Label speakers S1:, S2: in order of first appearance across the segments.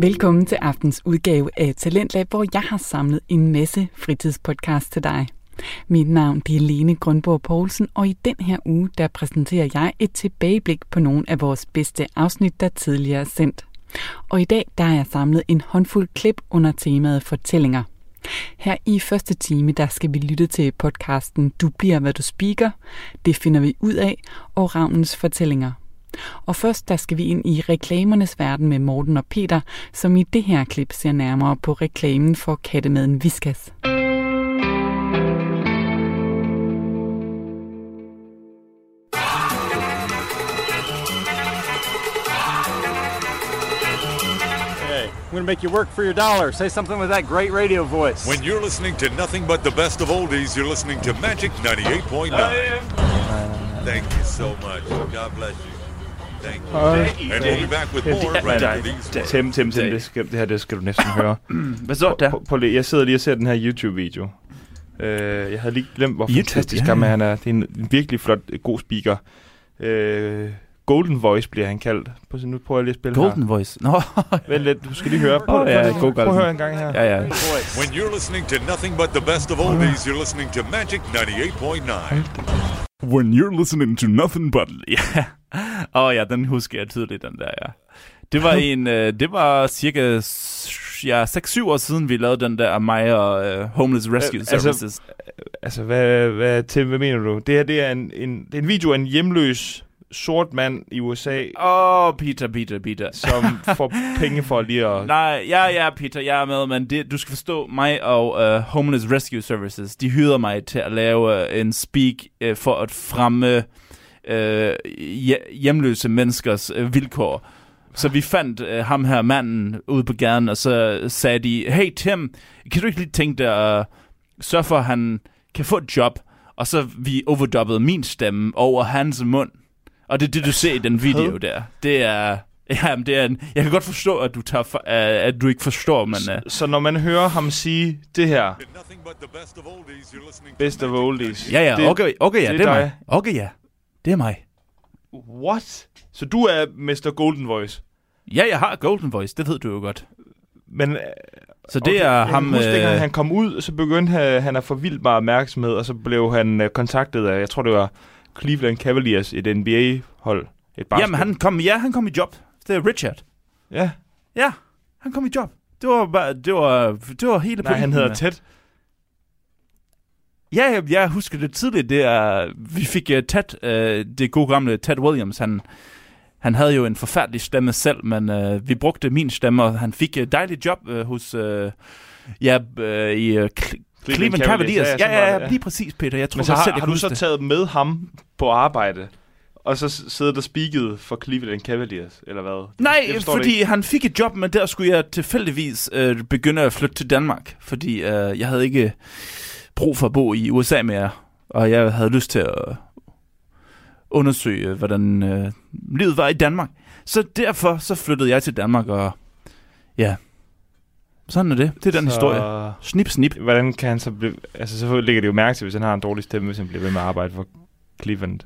S1: Velkommen til aftens udgave af Talentlab, hvor jeg har samlet en masse fritidspodcast til dig. Mit navn det er Lene Grundborg Poulsen, og i den her uge der præsenterer jeg et tilbageblik på nogle af vores bedste afsnit, der tidligere er sendt. Og i dag der er jeg samlet en håndfuld klip under temaet fortællinger. Her i første time, der skal vi lytte til podcasten Du bliver, hvad du speaker. Det finder vi ud af, og Ravnens fortællinger. Og først der skal vi ind i reklamernes verden med Morten og Peter, som i det her klip ser nærmere på reklamen for kattemaden Viskas.
S2: Hey, I'm gonna make you work for your dollar. Say something with that great radio voice.
S3: When you're listening to nothing but the best of oldies, you're listening to Magic 98.9. Thank you so much. God bless you. Thank you. and we'll be back with more right after these words.
S4: Tim, Tim, Tim, det, skal, det her det skal du næsten høre.
S5: Hvad så der?
S4: På, på, jeg sidder lige og ser den her YouTube-video. Øh, jeg havde lige glemt, hvor
S5: YouTube,
S4: fantastisk
S5: ja,
S4: ham
S5: ja.
S4: han er. Det er en virkelig flot, øh, god speaker. Øh, Golden Voice bliver han kaldt. På, nu prøver jeg lige at spille
S5: Golden Voice. Nå,
S4: her. Vent lidt, du skal lige høre. Prøv,
S5: Åh, ja,
S4: prøv,
S5: god
S4: prøv at
S5: Golden.
S4: høre en gang her.
S5: ja ja.
S2: Voice.
S3: When you're listening to nothing but the best of oldies, you're listening to Magic 98.9.
S5: When you're listening to nothing but... Ja. Åh oh, ja, den husker jeg tydeligt, den der, ja. Det var en, øh, det var cirka s- ja, 6-7 år siden, vi lavede den der mig og øh, Homeless Rescue
S4: Øh,
S5: øh,
S4: altså-
S5: Services. Altså,
S4: Altså, hvad, hvad, Tim, hvad mener du? Det her det er, en, en, det er en video af en hjemløs sort mand i USA,
S5: Åh, oh, Peter, Peter, Peter.
S4: som får penge for lige at...
S5: Nej, ja, ja, Peter, jeg er med, men det, du skal forstå, mig og uh, Homeless Rescue Services, de hyrede mig til at lave uh, en speak uh, for at fremme uh, hjemløse menneskers uh, vilkår. Så vi fandt uh, ham her manden ude på gaden, og så sagde de, hey Tim, kan du ikke lige tænke dig at sørge for, at han kan få et job? Og så vi overdubbede min stemme over hans mund. Og det er det,
S4: Altså,
S5: du ser i den video der. Det er... Jamen, det er en, jeg kan godt forstå, at du, tager for, uh, at du ikke forstår, men... Uh,
S4: Så når man hører ham sige det her,
S3: To nothing but the best of oldies, you're listening to
S4: Best of
S3: Magic
S4: oldies.
S5: ja, ja, okay, okay,
S4: det er
S5: ja, det er
S4: dig.
S5: mig. Okay, ja, det er mig.
S4: What? Så du er Mr. Golden Voice.
S5: Ja, jeg har Golden Voice, det ved du jo godt.
S4: Men øh,
S5: Så det er
S4: jeg
S5: ham...
S4: kan huske, dengang
S5: øh,
S4: han kom ud, så begyndte øh, han at få vildt meget opmærksomhed, og så blev han øh, kontaktet af, jeg tror det var Cleveland Cavaliers, et NBA-hold. Et basket.
S5: jamen, han kom, ja, han kom i job. Det er Richard.
S4: Ja,
S5: Ja, han kom i job. Det var, bare- det var, det var hele
S4: nej, han
S5: pointen øh.
S4: hedder
S5: med-
S4: Ted.
S5: Ja, jeg, jeg husker det tidligt. Det er, vi fik uh, Ted, uh, det gode gamle Ted Williams. Han, han havde jo en forfærdelig stemme selv, men uh, vi brugte min stemme, og han fik et dejligt job uh, hos uh, ja, uh, i uh, Cle- Cleveland Cavaliers. Ja,
S4: sådan
S5: ja,
S4: var
S5: ja,
S4: det,
S5: lige præcis, Peter. Jeg tror
S4: Men så
S5: godt selv,
S4: har, har
S5: jeg kan
S4: du
S5: huske
S4: så
S5: det.
S4: taget med ham på arbejde, og så s- siddet og speaket for Cleveland Cavaliers, eller hvad? Jeg
S5: Nej,
S4: forstår det
S5: fordi
S4: ikke.
S5: han fik et job, men der skulle jeg tilfældigvis øh, begynde at flytte til Danmark, fordi øh, jeg havde ikke brug for at bo i USA mere, og jeg havde lyst til at undersøge, hvordan øh, livet var i Danmark. Så derfor så flyttede jeg til Danmark, og ja, sådan er det. Det er den så... historie. Snip, snip.
S4: Hvordan kan han så blive... Altså, så ligger det jo mærke til, hvis han har en dårlig stemme, hvis han bliver ved med at arbejde for Cleveland.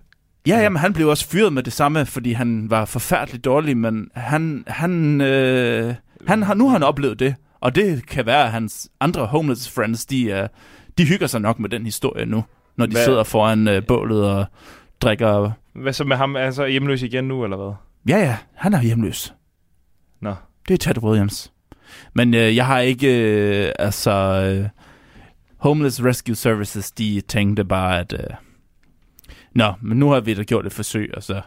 S5: Ja, jamen, han blev også fyret med det samme, fordi han var forfærdeligt dårlig, men han, han, øh, han har, nu har han oplevet det, og det kan være, at hans andre homeless friends, de, øh, de hygger sig nok med den historie nu, når de
S4: Hvad-
S5: Hvad? sidder foran øh, bålet og drikker.
S4: Hvad så med ham? Er han så hjemløs igen nu, eller hvad?
S5: Ja, ja, han er hjemløs.
S4: Nå.
S5: Det er Ted Williams. Men øh, jeg har ikke, øh, altså, øh, Homeless Rescue Services, de tænkte bare, at, øh, nå, men nu har vi da gjort et forsøg, og så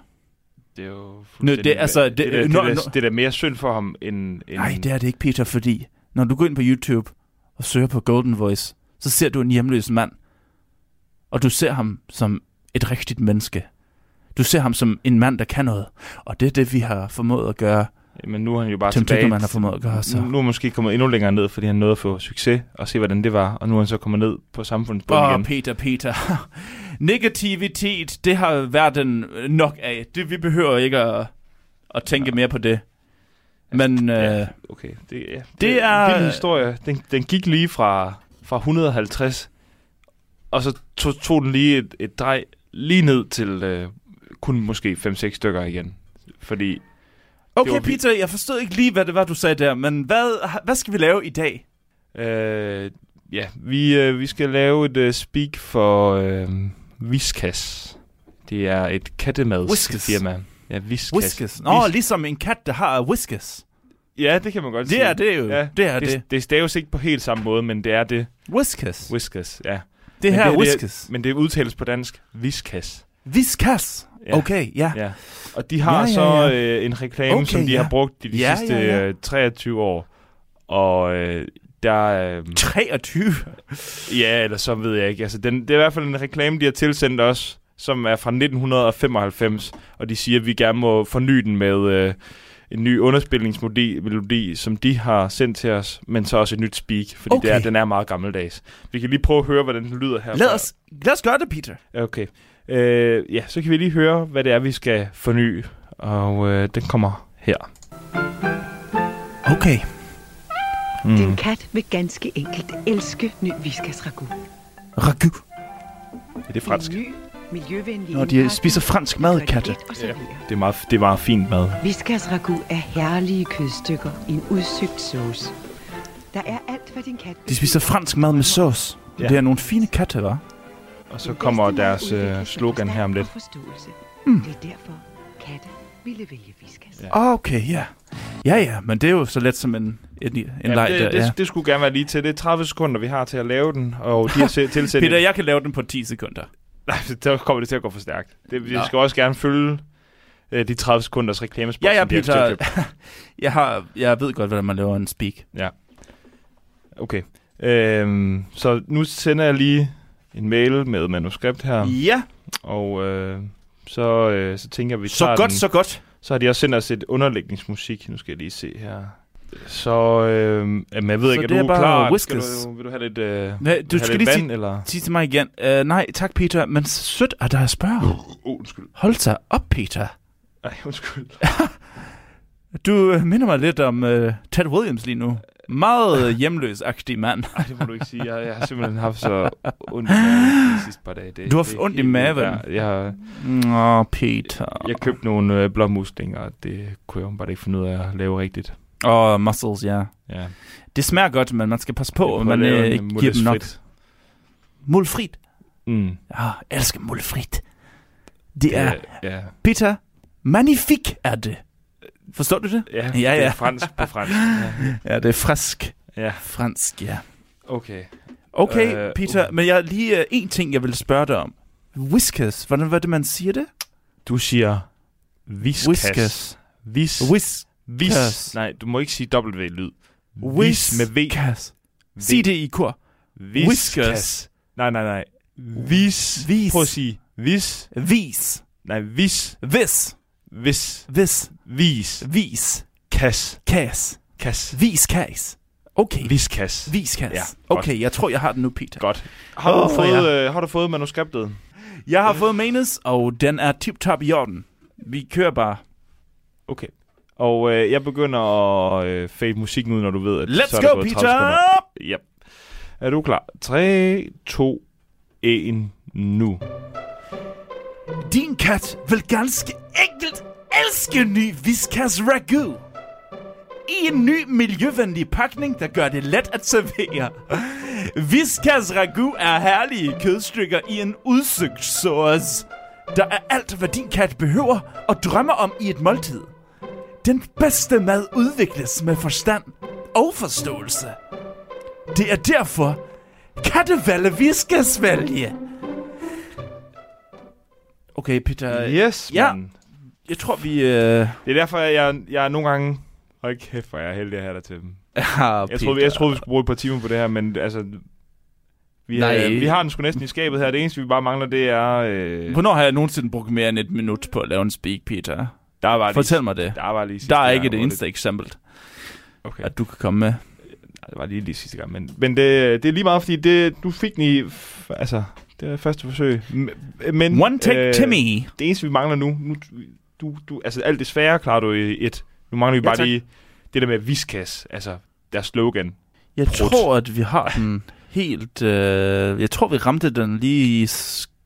S4: Det er jo
S5: fuldstændig- det er altså- det-
S4: det, er da- det,
S5: når-
S4: er da-
S5: når-
S4: det er da mere synd for ham, end... end
S5: Nej, det er det ikke, Peter, fordi når du går ind på YouTube og søger på Golden Voice, så ser du en hjemløs mand, og du ser ham som et rigtigt menneske. Du ser ham som en mand, der kan noget. Og det er det, vi har formået at gøre.
S4: Men nu er han jo bare
S5: Tim
S4: tilbage...
S5: Tyggerman har formået at gøre, så-
S4: Nu nu er han måske kommet endnu længere ned, fordi han nåede at få succes og se, hvordan det var. Og nu er han så kommet ned på samfundets bund
S5: Åh, oh,
S4: igen.
S5: Peter, Peter. Negativitet, det har verden øh, nok af. Det, vi behøver ikke at, at tænke mere på det. Men øh,
S4: Okay, det, ja, det,
S5: Det
S4: er...
S5: er- øh,
S4: en vild historie. Den, den gik lige fra, fra 150, og så tog, tog den lige et, et drej lige ned til øh, kun måske 5-6 stykker igen. Fordi
S5: Okay,
S4: var vi-
S5: Peter, jeg forstod ikke lige, hvad det var, du sagde der, men hvad, hvad skal vi lave i dag?
S4: Øh, ja, vi, øh, vi skal lave et øh, speak for øh, Viskas. Det er et
S5: Whiskas.
S4: kattemadsfirma. Ja, Viskas.
S5: Whiskers. Nå,
S4: Whis-
S5: ligesom en kat, der har whiskers.
S4: Ja, det kan man godt
S5: Det
S4: sige.
S5: er det jo. Det er det.
S4: det. Det staves ikke på helt samme måde, men det er det.
S5: Whiskers.
S4: Whiskas, ja.
S5: Det
S4: Men
S5: her er
S4: det-
S5: whiskers.
S4: Men det udtales på dansk Viskas.
S5: Viskas.
S4: Ja.
S5: Okay, ja.
S4: Ja. Og de har
S5: Ja, ja,
S4: så
S5: ja.
S4: øh, en reklame,
S5: Okay,
S4: som de
S5: ja.
S4: har brugt i de
S5: Ja,
S4: sidste
S5: ja, ja.
S4: øh, 23 år. Og øh, der... Øh,
S5: 23.
S4: Ja, eller så ved jeg ikke. Altså, den, det er i hvert fald en reklame, de har tilsendt os, som er fra 1995, og de siger, at vi gerne må forny den med øh, en ny underspilningsmelodi, som de har sendt til os, men så også et nyt speak, fordi
S5: Okay.
S4: okay. det er, den er meget gammeldags. Vi kan lige prøve at høre, hvordan den lyder her.
S5: Lad os, lad os gøre det, Peter.
S4: Okay. Øh, ja, så kan vi lige høre, hvad det er, vi skal forny, og øh, den kommer her.
S5: Okay.
S4: Mm.
S6: Din kat vil ganske enkelt elske ny Viskas ragu.
S5: Ragu.
S4: Ja, det er fransk.
S6: En ny, miljøvenlig
S5: Når de
S6: indpakning,
S5: spiser fransk mad,
S6: kvalitet
S5: katte.
S6: og servering.
S4: Det er meget, det er meget fint mad.
S6: Viskas ragu er herlige kødstykker i en udsøgt sauce. Der er alt, hvad din kat
S5: De spiser fransk mad med sauce.
S4: Ja.
S5: Det er nogle fine katte, hva'?
S4: Og så kommer deres øh, slogan her om lidt.
S6: Mm. Det er derfor, katte ville vælge Viskas.
S4: Ja.
S5: Ah, okay, ja. Ja, ja, men det er jo så let som en, en, en
S4: Jamen,
S5: leg
S4: det,
S5: der,
S4: det,
S5: ja.
S4: det skulle gerne være lige til. Det er 30 sekunder, vi har til at lave den, og de har se- tilsendt...
S5: Peter, jeg kan lave den på 10 sekunder.
S4: Nej, der kommer det til at gå for stærkt. Det, vi
S5: Nå.
S4: skal også gerne følge øh, de 30 sekunders reklamespot,
S5: Ja, ja,
S4: som de har
S5: Peter.
S4: tilkøbt.
S5: jeg, har, jeg ved godt, hvordan man laver en speak.
S4: Okay. Øhm, så nu sender jeg lige en mail med manuskript her,
S5: Ja,
S4: og øh, så, øh, så tænker vi,
S5: så
S4: tager
S5: godt,
S4: den.
S5: så godt.
S4: så har de også sendt os et underlægningsmusik. Nu skal jeg lige se her. Så, øh, jamen, jeg ved
S5: Så
S4: ikke, er
S5: det er
S4: du
S5: bare
S4: klar? Skal
S5: Whiskas.
S4: du, vil du have lidt, øh, vil
S5: Hva,
S4: du
S5: du
S4: have lidt
S5: skal lige
S4: vand,
S5: sige,
S4: eller?
S5: sige til mig igen. Uh, nej, tak Peter, men sødt er der at spørge.
S4: Oh, undskyld.
S5: Hold da op, Peter.
S4: Ej, undskyld.
S5: Du øh, minder mig lidt om uh, Ted Williams lige nu. Meget øh, hjemløs-agtig mand.
S4: Ej, det må du ikke sige. Jeg, jeg har simpelthen haft så ondt i maven de sidste par dage. Det,
S5: Du har haft
S4: det er
S5: ondt i
S4: helt vildt.
S5: maven?
S4: Ja, Jeg, har-
S5: Nå, Peter.
S4: jeg købte nogle øh, blåmuslinger, og det kunne jeg jo bare ikke finde ud af at lave rigtigt.
S5: Åh, oh, muscles, ja.
S4: Ja.
S5: Det smager godt, men man skal passe
S4: Jeg
S5: på,
S4: prøver
S5: at
S4: at
S5: man
S4: lave
S5: øh,
S4: en
S5: ikke giver dem nok.
S4: mulesfrit.
S5: Mulfrit.
S4: Mm.
S5: Ja, jeg elsker mulfrit. Det er...
S4: ja.
S5: Peter, magnifik er det. Forstår du det?
S4: Ja,
S5: Ja,
S4: det
S5: ja.
S4: er fransk på fransk. Ja.
S5: Ja, det er frisk.
S4: ja.
S5: Fransk, ja.
S4: Okay.
S5: Okay,
S4: Øh,
S5: Peter,
S4: uh.
S5: men jeg har lige øh, en ting, jeg vil spørge dig om. Whiskers. Hvordan var det, man siger det?
S4: Du siger viskas.
S5: Whiskers.
S4: Vis.
S5: Whis.
S4: Vis.
S5: Whiskers.
S4: Nej, du må ikke sige W-lyd. Vis
S5: Whis.
S4: med V.
S5: Kas.
S4: V.
S5: Sig det i kor.
S4: Viskas.
S5: Whiskers.
S4: Nej, nej, nej. Vis.
S5: Vis.
S4: Prøv at sige vis.
S5: Vis.
S4: Nej, vis.
S5: Vis.
S4: Vis.
S5: Vis.
S4: Vis.
S5: Vis.
S4: Kas.
S5: Kas.
S4: Kas.
S5: Vis kas. Okay.
S4: Viskas.
S5: Viskas.
S4: Ja,
S5: okay, jeg tror, jeg har den nu, Peter.
S4: Godt. Har du,
S5: Åh,
S4: oh, fået, ja. øh, har du fået manuskriptet?
S5: Jeg har fået menes, og den er tip-top i orden. Vi kører bare.
S4: Okay. Og øh, jeg begynder at øh, fade musikken ud, når du ved, at så
S5: Let's
S4: er der
S5: go,
S4: gået 30
S5: Peter!
S4: sekunder. Yep. Er du klar? 3, 2, 1, nu.
S5: Din kat vil ganske enkelt elske ny Viskas Ragu. I en ny miljøvenlig pakning, der gør det let at servere. Viskas Ragu er herlige kødstykker i en udsøgt sauce. Der er alt, hvad din kat behøver og drømmer om i et måltid. Den bedste mad udvikles med forstand og forståelse. Det er derfor, kattevalget Viskas vælge. Okay, Peter.
S4: Yes,
S5: Øh, ja.
S4: mand.
S5: Jeg tror, vi... Øh...
S4: Det er derfor, jeg, jeg, jeg er nogle gange... Hold kæft, hvor er jeg heldig at have dig til dem.
S5: Ah,
S4: Jeg troede, vi- jeg troede, vi skulle bruge et par timer på det her, men altså... Vi,
S5: Nej.
S4: Øh, vi har den sgu næsten i skabet her. Det eneste, vi bare mangler, det er... Øh,
S5: Hvornår har jeg nogensinde brugt mere end et minut på at lave en speak, Peter?
S4: der var lige,
S5: Fortæl mig det.
S4: Der var lige sidste
S5: Der er ikke
S4: gang,
S5: det
S4: hvor
S5: eneste eksempel,
S4: Okay.
S5: at du kan komme med.
S4: Nej, det var lige, lige sidste gang, men, men det, det er lige meget, fordi det, du fik den i... f- Altså, det var første forsøg. M- Men, øh,
S5: One take, Timmy!
S4: Det eneste, vi mangler nu... nu du, du, altså, alt det svære klarer du i et. Nu mangler vi
S5: Ja,
S4: bare
S5: tak.
S4: lige det der med viskas. Altså, deres slogan.
S5: Jeg
S4: Prut.
S5: tror, at vi har den helt... Øh... Jeg tror, vi ramte den lige i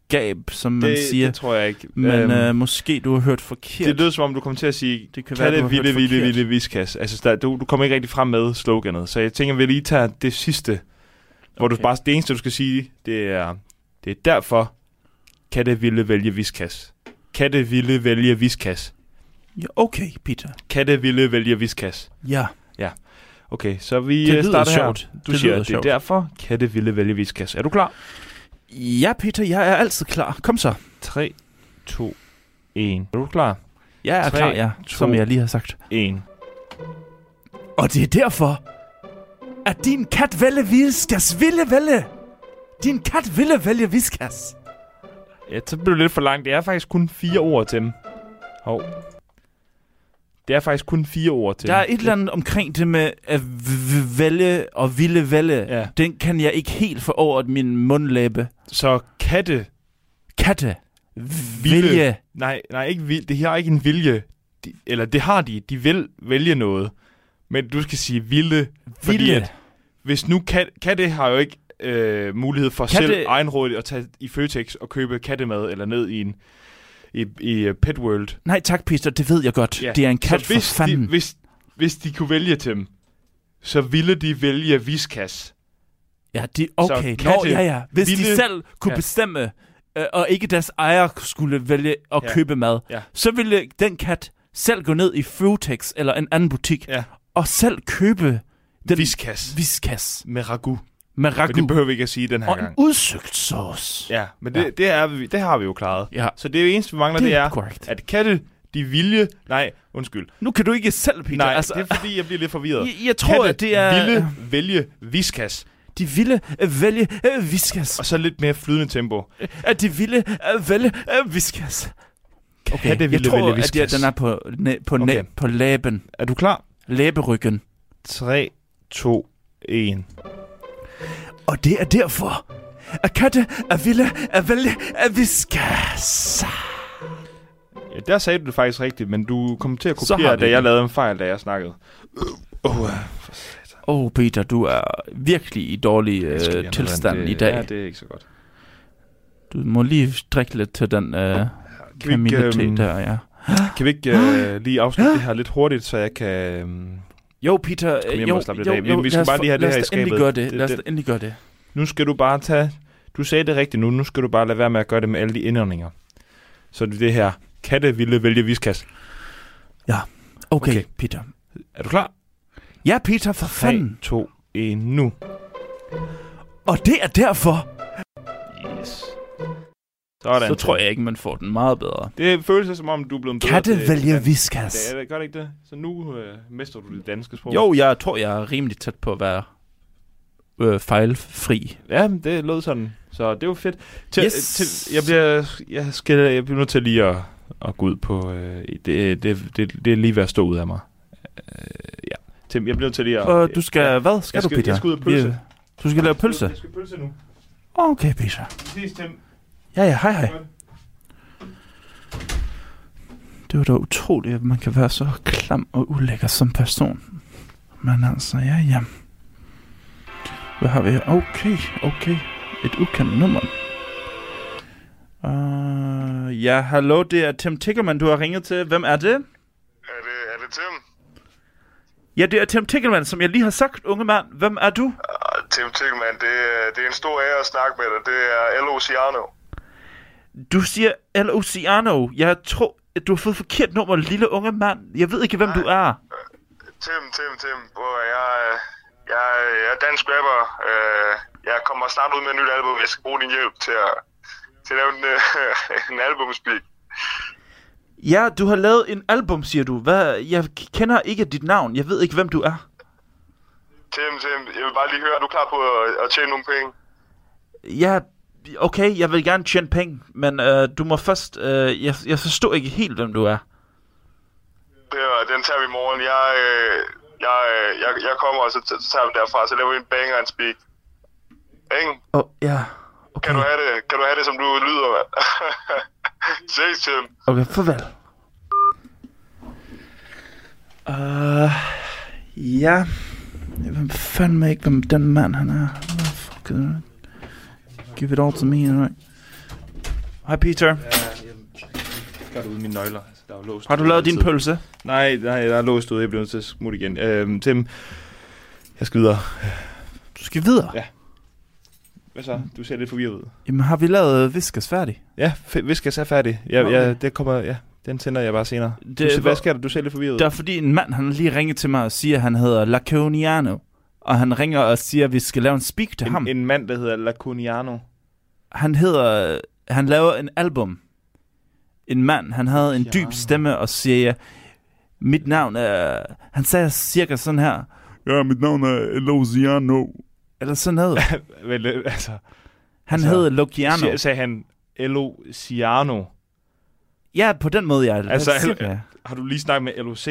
S5: gab, som man
S4: det,
S5: siger.
S4: det tror jeg ikke.
S5: men
S4: Øhm,
S5: øh, måske du har hørt forkert.
S4: det lyder som om, du kommer til at sige,
S5: Det kan være, du har
S4: katte,
S5: hørt
S4: vilde, vilde,
S5: forkert.
S4: vilde, viskas. Altså, der, du, du kommer ikke rigtig frem med sloganet. Så jeg tænker, vi lige tager det sidste, okay. hvor du
S5: Okay.
S4: bare, det eneste, du skal sige, det er, det er derfor, katte ville vælge viskas. Katte ville vælge viskas.
S5: Ja, okay, Peter.
S4: Katte ville vælge viskas.
S5: Ja.
S4: Okay, så vi
S5: Det
S4: øh,
S5: lyder
S4: starter
S5: sjovt.
S4: her. Du
S5: Det
S4: siger,
S5: lyder
S4: at det er
S5: sjovt.
S4: derfor, katte ville vælge viskas. Er du klar?
S5: Ja, Peter, jeg er altid klar. Kom så.
S4: 3, 2, 1. Er du klar?
S5: Jeg er
S4: Tre,
S5: klar, ja,
S4: to.
S5: som jeg lige har sagt.
S4: 1.
S5: Og det er derfor, at din kat vælge viskas. Ville vælge. Din kat ville vælge viskas.
S4: Ja, så blev det lidt for langt. Det er faktisk kun fire ord til dem. Hov. Det er faktisk kun fire ord til
S5: Der er
S4: dem.
S5: et eller andet omkring det med at v- v- vælge og ville vælge.
S4: Ja.
S5: Den kan jeg ikke helt få over min mundlæbe.
S4: Så katte...
S5: Katte.
S4: Ville.
S5: Vælge.
S4: Nej, nej ikke vil, det her er ikke en vilje. De, eller det har de. De vil vælge noget. Men du skal sige ville. Ville. Fordi
S5: Ville.
S4: at, hvis nu kat, katte har jo ikke øh, mulighed for
S5: Katte-
S4: katte... selv egenrådigt at tage i Føtex og købe kattemad eller ned i en i, i øh, Pet World.
S5: Nej tak, Peter, det ved jeg godt. Det er en kat
S4: så
S5: for
S4: hvis
S5: fanden.
S4: De, hvis, hvis de kunne vælge til dem, så ville de vælge viskas.
S5: Ja, det okay.
S4: Så
S5: Nå,
S4: katte
S5: ja, ja. Hvis ville, de
S4: ville-
S5: selv kunne ja.
S4: Ja.
S5: bestemme, øh, og ikke deres ejer skulle vælge at ja.
S4: Ja.
S5: købe mad, ja.
S4: Ja.
S5: så ville den kat selv gå ned i Føtex eller en anden butik
S4: Ja.
S5: og selv købe den
S4: Viskas.
S5: viskas
S4: Med ragu.
S5: med
S4: Men det
S5: ragu
S4: behøver vi ikke at sige den her
S5: og en
S4: gang.
S5: udsøgt sauce.
S4: Ja, men det, det, er vi, det har vi jo klaret.
S5: Ja.
S4: Så det eneste, vi mangler,
S5: Det
S4: det,
S5: er
S4: er,
S5: korrekt.
S4: at katte, de vilje... Nej, undskyld.
S5: Nu kan du ikke selv, Peter.
S4: Nej,
S5: altså,
S4: det er fordi, jeg bliver lidt forvirret.
S5: jeg, jeg tror,
S4: katte
S5: at det er...
S4: ville vælge viskas.
S5: De ville øh, vælge øh, viskas.
S4: Og så lidt mere flydende tempo.
S5: At de ville øh, vælge øh, viskas. Okay,
S4: Katte
S5: jeg
S4: ville
S5: tror,
S4: vælge
S5: at jeg,
S4: viskas.
S5: den er på, næ- på, okay.
S4: Okay.
S5: på læben.
S4: Er du klar?
S5: Læberyggen.
S4: 3, 2, 1.
S5: Og det er derfor, at katte er vilde er vælge er viskas.
S4: Ja, der sagde du det faktisk rigtigt, men du kom til at
S5: Så har
S4: kopiere,
S5: vi
S4: da
S5: det.
S4: jeg lavede en fejl, da jeg snakkede. Åh, oh,
S5: Åh, oh, Peter, du er virkelig i dårlig øh, tilstand i dag.
S4: Ja, det er ikke så godt.
S5: Du må lige drikke lidt til den øh,
S4: vi ikke,
S5: Camilla te
S4: øhm,
S5: der, ja.
S4: Kan vi ikke øh, lige afslutte det her lidt hurtigt, så jeg kan... øhm,
S5: Jo, Peter, øh,
S4: Kom hjem
S5: jo,
S4: og slap lidt
S5: jo,
S4: af. Vi-
S5: jo,
S4: vi skal
S5: lad os
S4: bare
S5: få-
S4: lige have det
S5: lad os
S4: her i
S5: da
S4: skabet.
S5: endelig gøre det.
S4: Det-
S5: Lad os
S4: det-
S5: da endelig gøre det.
S4: Nu skal du bare tage... Du sagde det rigtigt nu. Nu skal du bare lade være med at gøre det med alle de indåndinger. Så det er det her. Katte ville vælge viskas.
S5: Okay, okay,
S4: Okay.
S5: Peter.
S4: Er du klar?
S5: Ja, Peter, for
S4: 3,
S5: fanden.
S4: 2, 1, nu.
S5: Og det er derfor.
S4: Yes. Sådan.
S5: Så tror jeg ikke, man får den meget bedre.
S4: Det føles som om, du er blevet en bedre
S5: Katte
S4: til-
S5: vælger
S4: til
S5: viskas.
S4: dansk. Det er- Gør det ikke det? Så nu øh, mestrer du det danske sprog.
S5: Jo, jeg tror, jeg er rimelig tæt på at være øh, fejlfri.
S4: Ja, men det lød sådan. Så det var fedt. Til,
S5: Yes.
S4: yes. til, jeg, bliver, jeg, skal, jeg bliver nødt til lige at, at gå ud på... Øh, det, det, det, det er lige ved at stå ud af mig. Øh, ja. Tim, jeg bliver nødt til lige at...
S5: Og du skal,
S4: Ja.
S5: hvad skal,
S4: Jeg skal-
S5: du, Peter?
S4: jeg skal ud og pølse.
S5: Vi- Du skal lave pølse?
S4: Jeg skal pølse nu.
S5: Okay, Peter.
S4: Vi ses, Tim.
S5: Ja, ja, hej, hej. Det var da utroligt, at man kan være så klam og ulækker som person. Men altså, ja, ja. Hvad har vi her? Okay, okay. Et ukendt nummer. Uh, ja, hallo, det er Tim Tickelman, du har ringet til. Hvem er det?
S7: Er det, er det Tim?
S5: Ja, det er Tim Tickelman, som jeg lige har sagt, unge mand. Hvem er du?
S7: Ah, Tim Tickman, det, er- det er en stor ære at snakke med dig. Det er L. Oceano.
S5: Du siger El Oceano. Jeg tror, at du har fået forkert nummer, lille unge mand. Jeg ved ikke, hvem du er.
S7: Tim, Tim, Tim. Hvor jeg, øh, jeg, jeg er dansk rapper. Øh, Jeg kommer snart ud med et nyt album. Jeg skal bruge din hjælp til at, til at lave en, øh, en albumspeak.
S5: Ja, du har lavet en album, siger du. Hvad? Jeg k- kender ikke dit navn. Jeg ved ikke, hvem du er.
S7: Tim, Tim, jeg vil bare lige høre, er du klar på at, at tjene nogle penge?
S5: Ja, okay, jeg vil gerne tjene penge, men øh, du må først... Øh, jeg, jeg forstår ikke helt, hvem du er.
S7: Det, er- den tager vi i morgen. Jeg, øh, jeg, øh, jeg, jeg kommer, og så, t- så tager vi den derfra. Så laver vi en banger og en speak. Ikke?
S5: Åh, oh, ja. Okay,
S7: Kan du have det? Kan du have det, som du lyder, mand? Ses, Tim.
S5: okay farvel. Uh, ja. Jeg ved fandme ikke, hvem den mand han er. Hvad Fuck, er det? Give it all to me, alright? Hej Peter.
S4: Gør du ude mine nøgler? Altså, Der er jo låst
S5: Har du lavet din pølse?
S4: Nej, nej, der er låst ude. Jeg bliver nødt til at smutte igen. Øhm, Tim, jeg skal videre.
S5: Du skal videre.
S4: Ja. Hvad så? Du ser lidt forvirret ud.
S5: Jamen har vi lavet øh, Viskas færdig?
S4: Ja, fe- Viskas er færdig. Jeg,
S5: Okay.
S4: jeg, det kommer, ja, den sender jeg bare senere. Det, du,
S5: Det-
S4: ser-
S5: hvor-
S4: hvad sker der? Du ser lidt forvirret ud.
S5: Det er fordi en mand, han lige ringer til mig og siger, at han hedder Laconiano. Og han ringer og siger, at vi skal lave en speak til ham.
S4: en, en mand, der hedder Lacuniano.
S5: Han hedder... Han laver en album. En mand, han havde en dyb
S4: Laconiano.
S5: stemme og siger, mit navn er... Han sagde cirka sådan her. Ja, mit navn er Elosiano. Eller sådan noget.
S4: Vel, øh, altså,
S5: Han
S4: Altså,
S5: hedder Lociano.
S4: siger, sagde han Elo Ciano.
S5: Ja, på den måde, jeg
S4: Altså,
S5: altså, cirka.
S4: Har du lige snakket med LOC?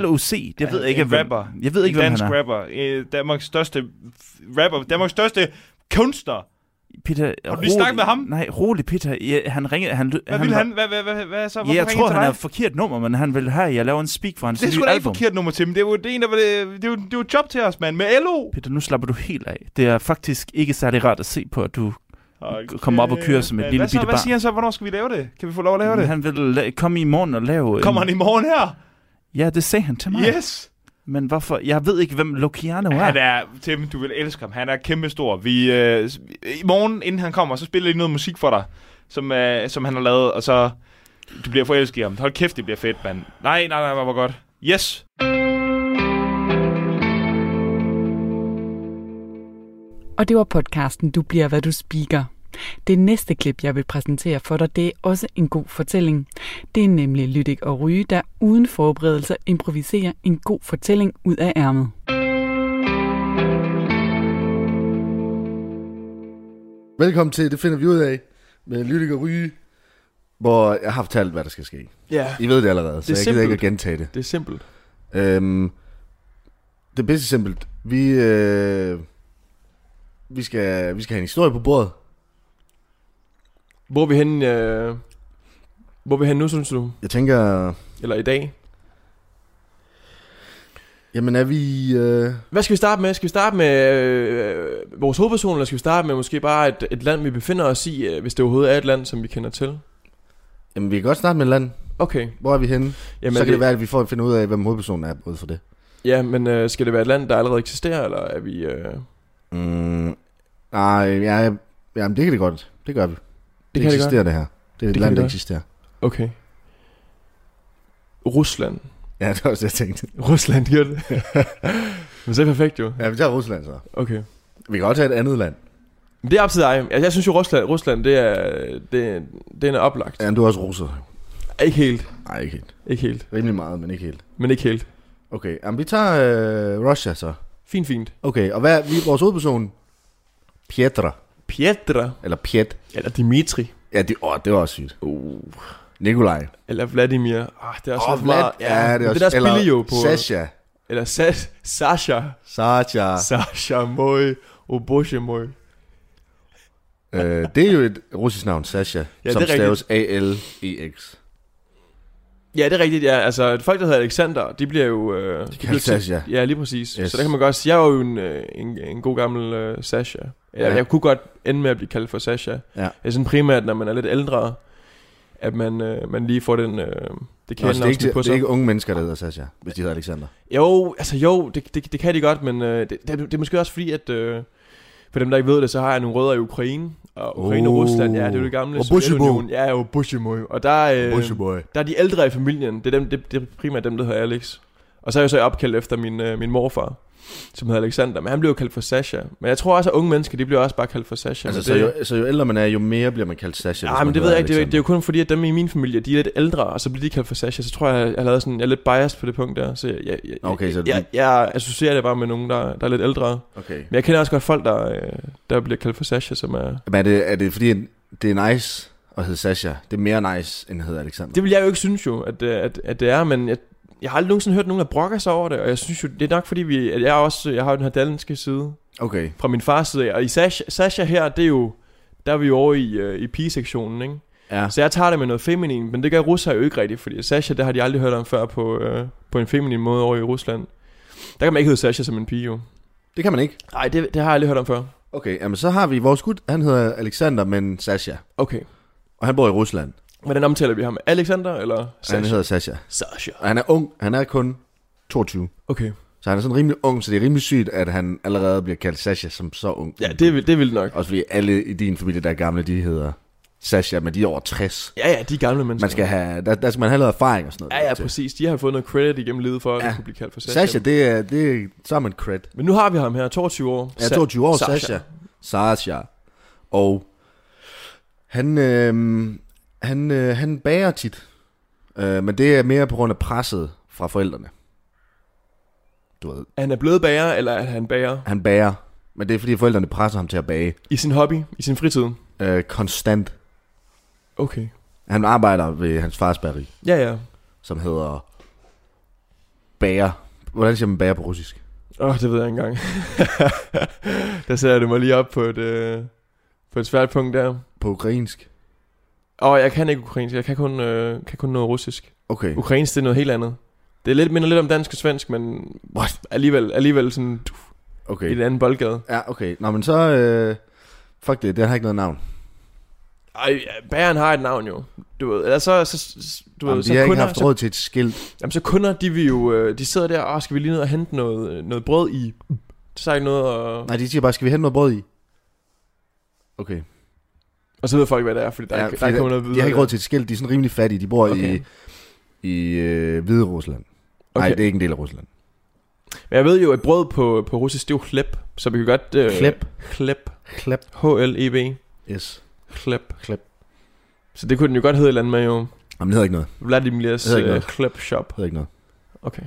S5: LOC, det ved jeg ikke,
S4: en
S5: hvem,
S4: rapper.
S5: jeg ved ikke,
S4: en
S5: hvem
S4: dansk
S5: han er.
S4: rapper. Øh, Danmarks største f- rapper. Danmarks største kunstner.
S5: Peter,
S4: Har du lige snakket med ham?
S5: Nej, rolig, Peter. Ja, han ringede... Han,
S4: Hvad vil han? Hvad, hvad, hvad, hvad så?
S5: Ja,
S4: Hvorfor
S5: jeg
S4: ringer
S5: tror,
S4: til
S5: han er
S4: dig?
S5: forkert nummer, men han vil have, at jeg laver en speak for hans
S4: Det er
S5: nye
S4: sgu da ikke
S5: album.
S4: forkert nummer, Tim. Det er jo det er en, der var det, det, er jo, det er jo et job til os, mand. Med LO.
S5: Peter, nu slapper du helt af. Det er faktisk ikke særlig rart at se på, at du... Kom op og kør som et
S4: Men
S5: lille
S4: hvad så?
S5: bitte
S4: Hvad
S5: barn.
S4: siger han så? Hvornår skal vi lave det? Kan vi få lov at lave det?
S5: Han vil la- komme i morgen og lave... en-
S4: Kommer han i morgen her?
S5: Ja, det sagde han til mig.
S4: Yes!
S5: Men hvorfor? Jeg ved ikke, hvem Lociano er.
S4: Han er, Tim, du vil elske ham. Han er kæmpestor. Vi, øh, s- I morgen, inden han kommer, så spiller jeg lige noget musik for dig, som, øh, som han har lavet, og så... Du bliver forelsket i ham. Hold kæft, det bliver fedt, mand. Nej, nej, nej, hvor godt. Yes!
S1: Og det var podcasten Du bliver, hvad du speaker. Det næste klip, jeg vil præsentere for dig, det er også en god fortælling. Det er nemlig Lydik og Ryge, der uden forberedelser improviserer en god fortælling ud af ærmet.
S8: Velkommen til, det finder vi ud af, med Lydik og Ryge, hvor jeg har fortalt, hvad der skal ske.
S9: Ja,
S8: I ved det allerede, så
S9: Det er
S8: jeg gider ikke
S9: simpelt.
S8: at gentage det.
S9: det er simpelt.
S8: Øhm, det er bedst simpelt. Vi, øh, vi, skal, vi skal have en historie på bordet.
S9: Hvor er vi henne, øh, hvor er vi henne nu, synes du?
S8: Jeg tænker,
S9: Eller i dag?
S8: jamen er vi... Øh,
S9: Hvad skal vi starte med? Skal vi starte med øh, vores hovedperson, eller skal vi starte med måske bare et, et land, vi befinder os i, øh, hvis det overhovedet er et land, som vi kender til?
S8: jamen vi kan godt starte med et land.
S9: Okay.
S8: Hvor er vi henne? Jamen,
S9: Jamen,
S8: så kan det,
S9: det-
S8: det være, at vi får at finde ud af, hvem hovedpersonen er ud for det.
S9: Ja, men øh, skal det være et land, der allerede eksisterer, eller er vi... Øh,
S8: Mm, nej, ja, jamen, det kan det godt. Det gør vi. Det,
S9: det kan det
S8: eksisterer
S9: godt.
S8: det, her. Det
S9: kan
S8: er et det land,
S9: det
S8: der
S9: godt.
S8: eksisterer.
S9: Okay. Rusland.
S8: Ja, det var også det, jeg tænkte.
S9: Rusland, gør det. men så er det perfekt jo.
S8: Ja, vi tager Rusland så.
S9: Okay.
S8: Vi kan også tage et andet land.
S9: Men Det er op til dig. Altså, Jeg, jeg synes jo, Rusland, Rusland det er, det, det er oplagt.
S8: Ja, men du er også russer.
S9: Ikke helt.
S8: Nej, ikke helt.
S9: Ikke helt.
S8: Rimelig meget, men ikke helt.
S9: Men ikke helt.
S8: Okay, jamen, vi tager øh, Russia så.
S9: Fint, fint.
S8: Okay, og hvad er vi, vores hovedperson? Pietra.
S9: Pietra.
S8: Eller Piet.
S9: Eller Dimitri.
S8: Ja, det, åh, det var også sygt.
S9: Uh.
S8: Nikolaj.
S9: Eller Vladimir. Ah, det er også
S8: Åh,
S9: oh, for meget.
S8: Vlad- ja, det er
S9: men
S8: også...
S9: det der spille jo på.
S8: Sasha.
S9: Eller Sas, Sasha.
S8: Sasha.
S9: Sasha Moy. Oboche Moy.
S8: øh, det er jo et russisk navn, Sasha.
S9: det er
S8: Ja, som
S9: rigtigt.
S8: staves E A-L-E-X.
S9: Ja, det er rigtigt. Ja, altså folk, der hedder Alexander, de bliver jo... Øh, de
S8: kaldes Sasha.
S9: Ja, lige præcis.
S8: Yes.
S9: Yes. Så der kan man godt sige, jeg var jo en, øh, en, en god gammel øh, Sasha. Eller,
S8: Ja.
S9: ja. Jeg kunne godt ende med at blive kaldt for Sasha.
S8: Ja.
S9: Det er sådan primært, når man er lidt ældre, at man, øh, man lige får den... Øh, det
S8: Nå,
S9: kan
S8: så det, er ikke,
S9: på
S8: det er
S9: sig.
S8: ikke unge mennesker, der hedder Sasha, hvis de hedder Alexander.
S9: Jo, altså jo, det, det, det kan de godt, men øh, det, det, er- det er måske også fordi, at øh, for dem, der ikke ved det, så har jeg nogle rødder i Ukraine. Og Ukraine
S8: Oh.
S9: og Rusland, ja, det er jo det gamle
S8: Og Bushimo.
S9: Sovjetunionen. Ja, og Bushimo. Og der, øh,
S8: boy.
S9: der er de ældre i familien. Det er, dem, det, det er primært dem, der hedder Alex. Og så er jeg så opkaldt efter min, øh, min morfar, som hedder Alexander. Men han blev jo kaldt for Sasha. Men jeg tror også, at unge mennesker, de bliver også bare kaldt for Sasha.
S8: Altså,
S9: Men
S8: så, jo, så jo ældre man er, jo mere bliver man kaldt Sasha. hvis
S9: Ja,
S8: man
S9: Ah, men det ved
S8: hedder
S9: jeg ikke. Det er, jo- det er jo
S8: Alexander.
S9: kun fordi, at dem i min familie, de er lidt ældre, og så bliver de kaldt for Sasha. Så tror jeg, jeg har lavet sådan, jeg er lidt biased på det punkt der. Så jeg, jeg, jeg,
S8: Okay, så
S9: jeg,
S8: du-
S9: jeg, jeg associerer det bare med nogen, der, der er lidt ældre.
S8: Okay.
S9: Men jeg kender også godt folk, der, øh, der bliver kaldt for Sasha, som er...
S8: Men er det, er det fordi, det er nice at hedde Sasha? Det er mere nice, end at hedde Alexander?
S9: Det vil jeg jo ikke synes jo, at, øh, at, at det er, men jeg, jeg har aldrig nogensinde hørt nogen, der brokker sig over det, og jeg synes jo, det er nok fordi, vi, at jeg også jeg har jo den her danske side
S8: Okay.
S9: fra min fars side, af. og i Sasha, Sasha her, det er jo, der er vi jo over i, øh, i pigesektionen, ikke?
S8: Ja.
S9: Så jeg tager det med noget feminin, men det gør russer jo ikke rigtigt, fordi Sasha, det har de aldrig hørt om før på, øh, på en feminin måde over i Rusland. Der kan man ikke hedde Sasha som en pige, jo.
S8: Det kan man ikke.
S9: Nej, det, det har jeg aldrig hørt om før.
S8: Okay, jamen så har vi vores gut, han hedder Alexander, men Sasha.
S9: Okay.
S8: Og han bor i Rusland.
S9: Hvordan omtaler vi ham? Alexander eller
S8: Sasha. Han
S9: Sasha?
S8: hedder Sasha.
S9: Sasha.
S8: Og han er ung. Han er kun 22.
S9: Okay.
S8: Så han er sådan rimelig ung, så det er rimelig sygt, at han allerede bliver kaldt Sasha som så ung.
S9: Ja, det er, vildt- det er vildt nok.
S8: Også fordi alle i din familie, der er gamle, de hedder Sasha, men de er over 60.
S9: Ja, ja, de er gamle mennesker.
S8: Man skal have, der, der skal man have noget erfaring og sådan noget.
S9: Ja, ja,
S8: til.
S9: præcis. De har fået noget credit igennem livet for, at
S8: Ja.
S9: ja. kunne blive kaldt for Sasha.
S8: Sasha, det er, det er, så er man cred.
S9: Men nu har vi ham her, 22 år.
S8: Jeg er 22 år, Sasha. Sasha. Sasha. Og han, øh, han, øh, han bager tit. Øh, men det er mere på grund af presset fra forældrene. Du ved,
S9: Er Han er blevet bager, eller er han bager
S8: han bager. Men det er fordi forældrene presser ham til at bage.
S9: i sin hobby, i sin fritid?
S8: Øh, konstant.
S9: Okay.
S8: Han arbejder ved hans fars bageri,
S9: Ja, ja.
S8: som hedder Bager. Hvordan siger man bager på russisk?
S9: Åh, oh, det ved jeg ikke engang. der sætter du mig lige op på et, øh, på et svært punkt der.
S8: På ukrainsk?
S9: Åh, oh, jeg kan ikke ukrainsk. Jeg kan kun, øh, kan kun noget russisk.
S8: Okay.
S9: Ukrainsk, det er noget helt andet. Det er lidt, minder lidt om dansk og svensk, men
S8: What?
S9: alligevel, alligevel sådan du,
S8: Okay.
S9: i en anden boldgade.
S8: Ja, okay. Nå, men så... Øh, fuck det, den har ikke noget navn.
S9: Ej, ja, bageren har et navn jo. Du ved, eller så, så, så- du
S8: Jamen,
S9: ved,
S8: de
S9: så
S8: har ikke
S9: kunder,
S8: haft
S9: så,
S8: råd til et skilt.
S9: jamen, så kunder, de vil jo, øh, de sidder der, og skal vi lige ned og hente noget, øh, noget brød i? Så er ikke noget, og,
S8: Nej, de siger bare, skal vi hente noget brød i? Okay.
S9: og så ved folk, hvad det er, fordi der, ja, ikke, der,
S8: fordi
S9: der kommer noget
S8: de
S9: videre.
S8: har ikke råd til et skilt, de er sådan rimelig fattige. De bor okay.
S9: Okay.
S8: i, i øh, Hvide Rusland. Okay. Nej,
S9: Okay.
S8: det er ikke en del af Rusland.
S9: Men jeg ved jo, at brød på, på russisk, det er jo klep, så vi kan godt... Øh,
S8: Klep.
S9: Klep.
S8: Klap.
S9: H-L-E-B.
S8: Yes.
S9: Klep.
S8: Klep.
S9: E. Så det kunne den jo godt hedde et eller andet med jo.
S8: Jamen, det hedder ikke noget. Det
S9: Vladimir's
S8: hedder ikke
S9: øh,
S8: noget.
S9: Klep Shop.
S8: Det hedder ikke noget.
S9: Okay.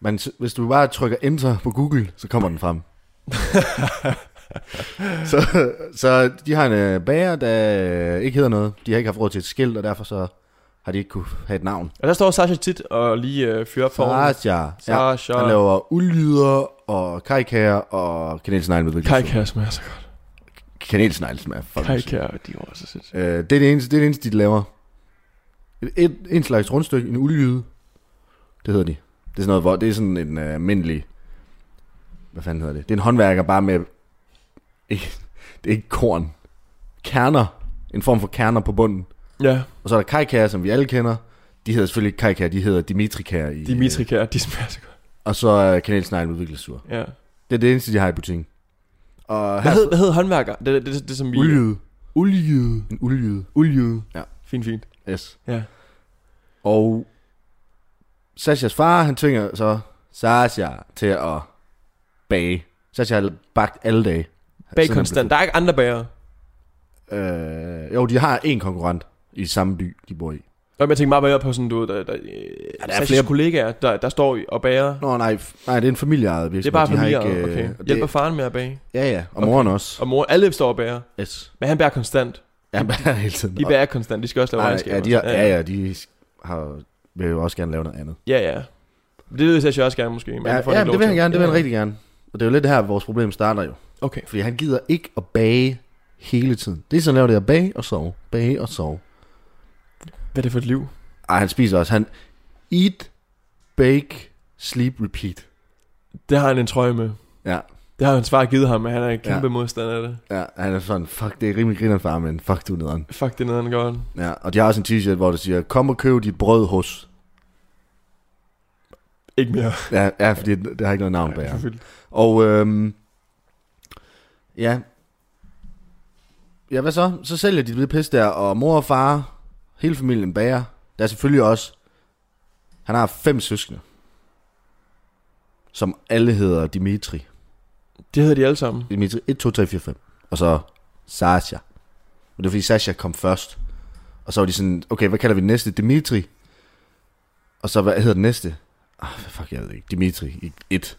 S8: Men s- hvis du bare trykker enter på Google, så kommer den frem. så, så de har en øh, bager, der øh, ikke hedder noget. De har ikke haft råd til et skilt, og derfor så har de ikke kunne have et navn.
S9: Og der står Sasha tit og lige øh, fyrer op for ovnen.
S8: Sasha. Ja,
S9: Sasha.
S8: han laver ulyder og kajkager og kanelsnegle med hvilket
S9: Kajkær smager så godt.
S8: kanelsnegle smager fucking sygt.
S9: Kajkær, de var også sødt.
S8: øh, det, er det, eneste, det er det eneste, de laver. Et, et, en slags rundstykke, en ulyde. Det hedder de. Det er sådan noget, hvor det er sådan en uh, almindelig... Hvad fanden hedder det? Det er en håndværker bare med... Ikke, det er ikke korn. Kerner. En form for kerner på bunden.
S9: Ja,
S8: Og så er der kajkager, som vi alle kender. De hedder selvfølgelig ikke kajkager, de hedder Dimitrikager. I,
S9: Dimitri Kær, de smager så godt.
S8: Øh, og så er kanelsneglen udviklet sur.
S9: Ja.
S8: Det er det eneste, de har i butikken. Og
S9: Hvad
S8: her...
S9: hed, hvad hed håndværker? Det, det, det, det, det som vi...
S8: Ulyde.
S9: Ulyde.
S8: En ulyde.
S9: Ulyde.
S8: Ja.
S9: Fint, fint.
S8: Yes.
S9: Ja.
S8: Og Sashas far, han tvinger så Sasha til at bage. Sasha har bagt alle dage.
S9: Bag
S8: Siden han
S9: konstant. Der er ikke andre bager.
S8: blev født. Øh, jo, de har en konkurrent i samme by, de bor i.
S9: Og jeg tænker meget mere på sådan, du ved, der, der, ja,
S8: der
S9: der er
S8: er flere-
S9: flere kollegaer, der, der står i- og bager.
S8: Nå nej, f- nej det er en familieejet
S9: Det er
S8: virksomhed.
S9: bare
S8: De
S9: familier,
S8: har ikke, øh,
S9: okay.
S8: og
S9: Hjælper
S8: Det,
S9: faren med at bage.
S8: ja, ja, og
S9: Okay.
S8: moren også.
S9: Og mor, alle står og bager.
S8: Yes.
S9: Men han bærer konstant.
S8: Ja, han bærer hele tiden.
S9: De bærer konstant. De skal også lave
S8: nej,
S9: regnskaber.
S8: ja, de har, ja, ja, de har, vil jo også gerne lave noget andet.
S9: ja. ja. Det vil jeg også gerne måske. men
S8: Ja,
S9: han får
S8: ja
S9: ikke
S8: det
S9: lov
S8: vil
S9: til.
S8: han gerne, det vil
S9: Ja.
S8: han rigtig gerne. Og det er jo lidt her, vores problem starter jo.
S9: Okay.
S8: Fordi han gider ikke at bage hele tiden. Det er sådan, han laver det er at bage og sove. Bage og sove.
S9: Hvad er det for et liv?
S8: Ej, han spiser også. Han eat, bake, sleep, repeat.
S9: Det har han en trøje med.
S8: Ja,
S9: Det har hans far givet ham, men han er en kæmpe
S8: Ja.
S9: ja. modstander af det.
S8: ja han er sådan, fuck, det er rimelig grineren far, men fuck, du er nederen.
S9: Fuck, det er noget, han gør.
S8: Ja, og de har også en t-shirt, hvor der siger, kom og køb dit brød hos.
S9: Ikke mere.
S8: Ja, ja fordi det, det har ikke noget navn bag.
S9: Ja.
S8: Og øhm, ja. Ja, hvad så? Så sælger de det pis der, og mor og far, hele familien bager. Der er selvfølgelig også, han har fem søskende, som alle hedder Dimitri.
S9: Det hedder de alle sammen.
S8: Dimitri 1, 2, 3, 4, 5. Og så Sasha. Men det var fordi Sasha kom først. Og så var de sådan, okay, hvad kalder vi den næste? Dimitri. Og så, hvad hedder den næste? Ah, hvad fuck, jeg ved ikke. Dimitri 1.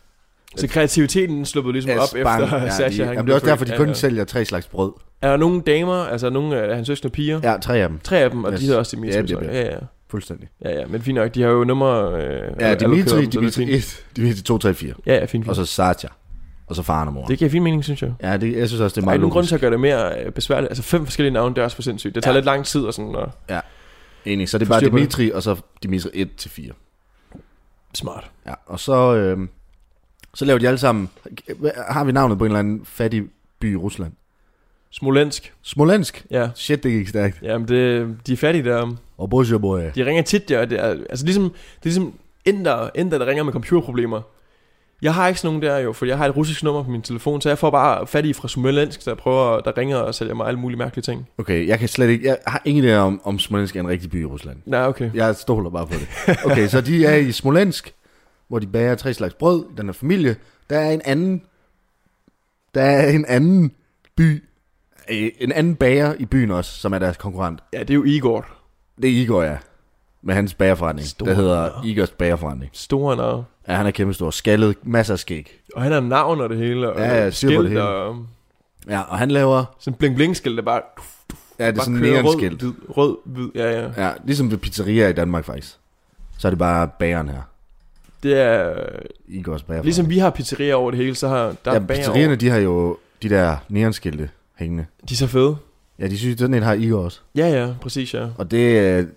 S9: Så kreativiteten sluppede ligesom op efter
S8: ja,
S9: Sasha.
S8: de,
S9: han
S8: jamen, det
S9: blev
S8: er også derfor,
S9: født.
S8: de
S9: Ja,
S8: kun
S9: ja.
S8: sælger tre slags brød.
S9: Er der nogle damer, altså nogle af hans søskende piger?
S8: Ja, tre af dem.
S9: Tre af dem, og
S8: Yes.
S9: de hedder også Dimitri.
S8: Ja, det
S9: så.
S8: bliver-
S9: ja, ja.
S8: Fuldstændig.
S9: Ja, ja, men fint nok, de har jo numre... Øh,
S8: Ja,
S9: alle-
S8: Dimitri,
S9: alle kører dem, så det er
S8: Dimitri
S9: fint.
S8: 1, Dimitri 2, 3, 4.
S9: Ja, ja, fint,
S8: Og
S9: fint.
S8: så Satya. Og så faren og moren.
S9: Det giver fin mening, synes jeg.
S8: Ja, det, jeg synes også, det
S9: Der
S8: er
S9: er
S8: meget
S9: ikke nogen grund
S8: logisk.
S9: til at gøre det mere øh, besværligt. Altså fem forskellige navne, det er også for sindssygt. Det tager
S8: Ja.
S9: ja. lidt lang tid og sådan noget.
S8: Enig, så det er
S9: Få
S8: bare
S9: styr på det.
S8: Dimitri, og så Dimitri 1 til 4.
S9: Smart.
S8: Ja, og så, øh, så laver de alle sammen... Har vi navnet på en eller anden fattig by i Rusland?
S9: Smolensk.
S8: Smolensk.
S9: Ja.
S8: Shit, det gik stærkt.
S9: Jamen, det, de er fattige der.
S8: Og Borussia Boy.
S9: De ringer tit, ja. Det er, altså ligesom, det er ligesom inder, inder, der ringer med computerproblemer. Jeg har ikke sådan nogen der jo, for jeg har et russisk nummer på min telefon, så jeg får bare fat i fra Smolensk, der prøver, der ringer og sælger mig alle mulige mærkelige ting.
S8: Okay, jeg kan slet ikke... Jeg har ingen idé om, om Smolensk er en rigtig by i Rusland.
S9: Nej, okay.
S8: Jeg stoler bare på det. Okay, så de er i Smolensk, hvor de bager tre slags brød i den her familie. Der er en anden... Der er en anden by... øh, En anden bager i byen også, som er deres konkurrent.
S9: Ja, det er jo Igor.
S8: Det er Igor, ja. Med hans bagerforretning.
S9: Stor.
S8: Stor. Der hedder Igors bagerforretning.
S9: Store navn.
S8: Ja, han er kæmpestor. Skaldet, masser af skæg.
S9: Og han har navn og det hele. Og
S8: Ja, ja, styr på
S9: skilt
S8: det hele.
S9: Og
S8: Ja, og han laver...
S9: sådan bling bling skilt, der bare,
S8: Ja, det er
S9: bare
S8: sådan
S9: kører
S8: en
S9: rød,
S8: neonskilt.
S9: hvid, rød, hvid. Ja, ja.
S8: Ja, ligesom ved pizzerier i Danmark faktisk. Så er det bare bageren her.
S9: Det er,
S8: Igors bagerforretning.
S9: øh, ligesom vi har pizzerier over det hele, så har der
S8: ja,
S9: ja,
S8: pizzerierne, de har jo de der neonskilte hængende.
S9: De er så fede.
S8: Ja, de synes, den en har Igor også.
S9: Ja, ja, præcis, ja.
S8: Og det... øh,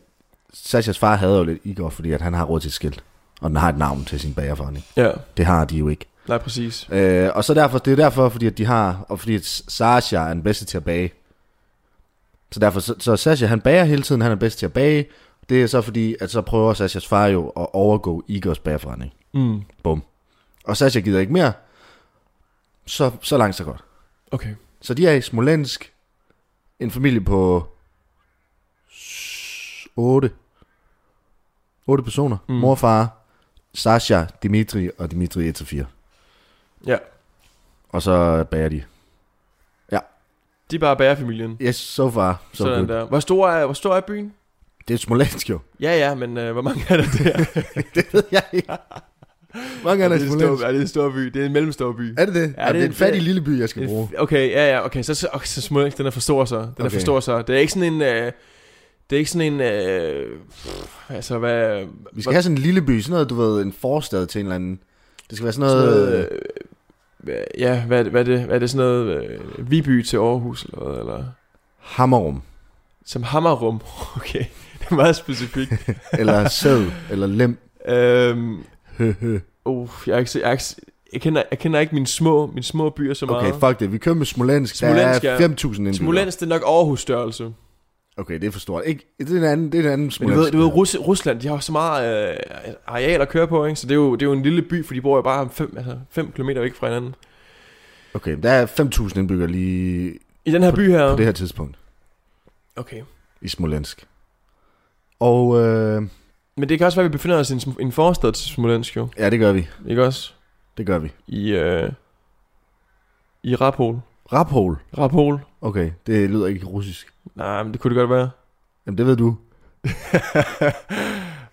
S8: Sashas far havde jo lidt Igor, fordi at han har råd til et skilt. Og den har et navn til sin bagerforretning.
S9: Ja,
S8: Det har de jo ikke.
S9: nej, præcis.
S8: Øh, og så derfor, det er derfor, fordi at de har, og fordi at Sasha er den bedste til at bage. Så derfor, så, så Sasha han bager hele tiden, han er bedst til at bage. Det er så fordi, at så prøver Sashas far jo at overgå Igors bagerforretning.
S9: Mm.
S8: Bum. Og Sasha gider ikke mere. Så, så langt, så godt.
S9: Okay.
S8: Så de er i Smolensk. En familie på 8. 8 personer. Mm. Mor, far, Sasha, Dimitri og Dimitri 1 til 4.
S9: Ja,
S8: Og så bager de.
S9: de er bare bærefamilien.
S8: Yes, so far. So
S9: Sådan
S8: good.
S9: der. Hvor stor er, hvor stor er byen?
S8: Det er Smolensk jo.
S9: Ja, ja, men øh, hvor mange er der der?
S8: Det ved jeg ikke. Mange er der i
S9: det, er en stor,
S8: Smolensk.
S9: ja, det er en stor by. Det er en mellemstor by.
S8: Er det det? Ja, det er en fattig
S9: det-
S8: lille by, jeg
S9: En
S8: skal bruge.
S9: f- Okay, ja, ja, okay. Så, så, okay, så Smolensk, den er for stor så. Den okay. er for
S8: Okay.
S9: stor så. Det er ikke sådan en... Øh, det er ikke sådan en... Øh, pff, altså, hvad...
S8: Vi skal have sådan en lille by, sådan noget, du ved, en forstad til en eller anden. Det skal være sådan noget... øh,
S9: øh, øh, ja, hvad, er det- hvad, er det, hvad er det sådan noget... Øh, Viby til Aarhus eller noget, eller...
S8: Hammerum.
S9: Som Hammerum. Okay, det er meget specifikt.
S8: Eller sæd. eller lem.
S9: øhm,
S8: Hø, hø.
S9: uh, jeg, er ikke, så- jeg, er ikke, så- jeg, kender, jeg kender ikke mine små, mine små byer så
S8: Okay,
S9: meget.
S8: fuck det. Vi kører med Smolensk.
S9: Smolensk,
S8: der
S9: ja.
S8: er 5.000 indbyggere.
S9: Smolensk, det er nok Aarhus størrelse.
S8: Okay, det er for stort. Ikke, det er en anden, det er en anden
S9: Men du
S8: Smolensk.
S9: ved, du ved Rus- Rusland, de har jo så meget øh, areal at køre på, ikke? så det er, jo, det er jo en lille by, for de bor jo bare 5 altså fem km væk fra hinanden.
S8: Okay, der er 5.000 indbyggere lige
S9: I den her by her...
S8: på det her tidspunkt
S9: Okay.
S8: i Smolensk. Og øh,
S9: Men det kan også være, at vi befinder os i en, sm- en forstad til Smolensk, jo.
S8: ja, det gør vi.
S9: Ikke også?
S8: Det gør vi.
S9: I, øh, i Rapol.
S8: Raphol.
S9: Rapol?
S8: Okay, det lyder ikke russisk.
S9: Nej, men det kunne det godt være.
S8: Jamen, det ved du.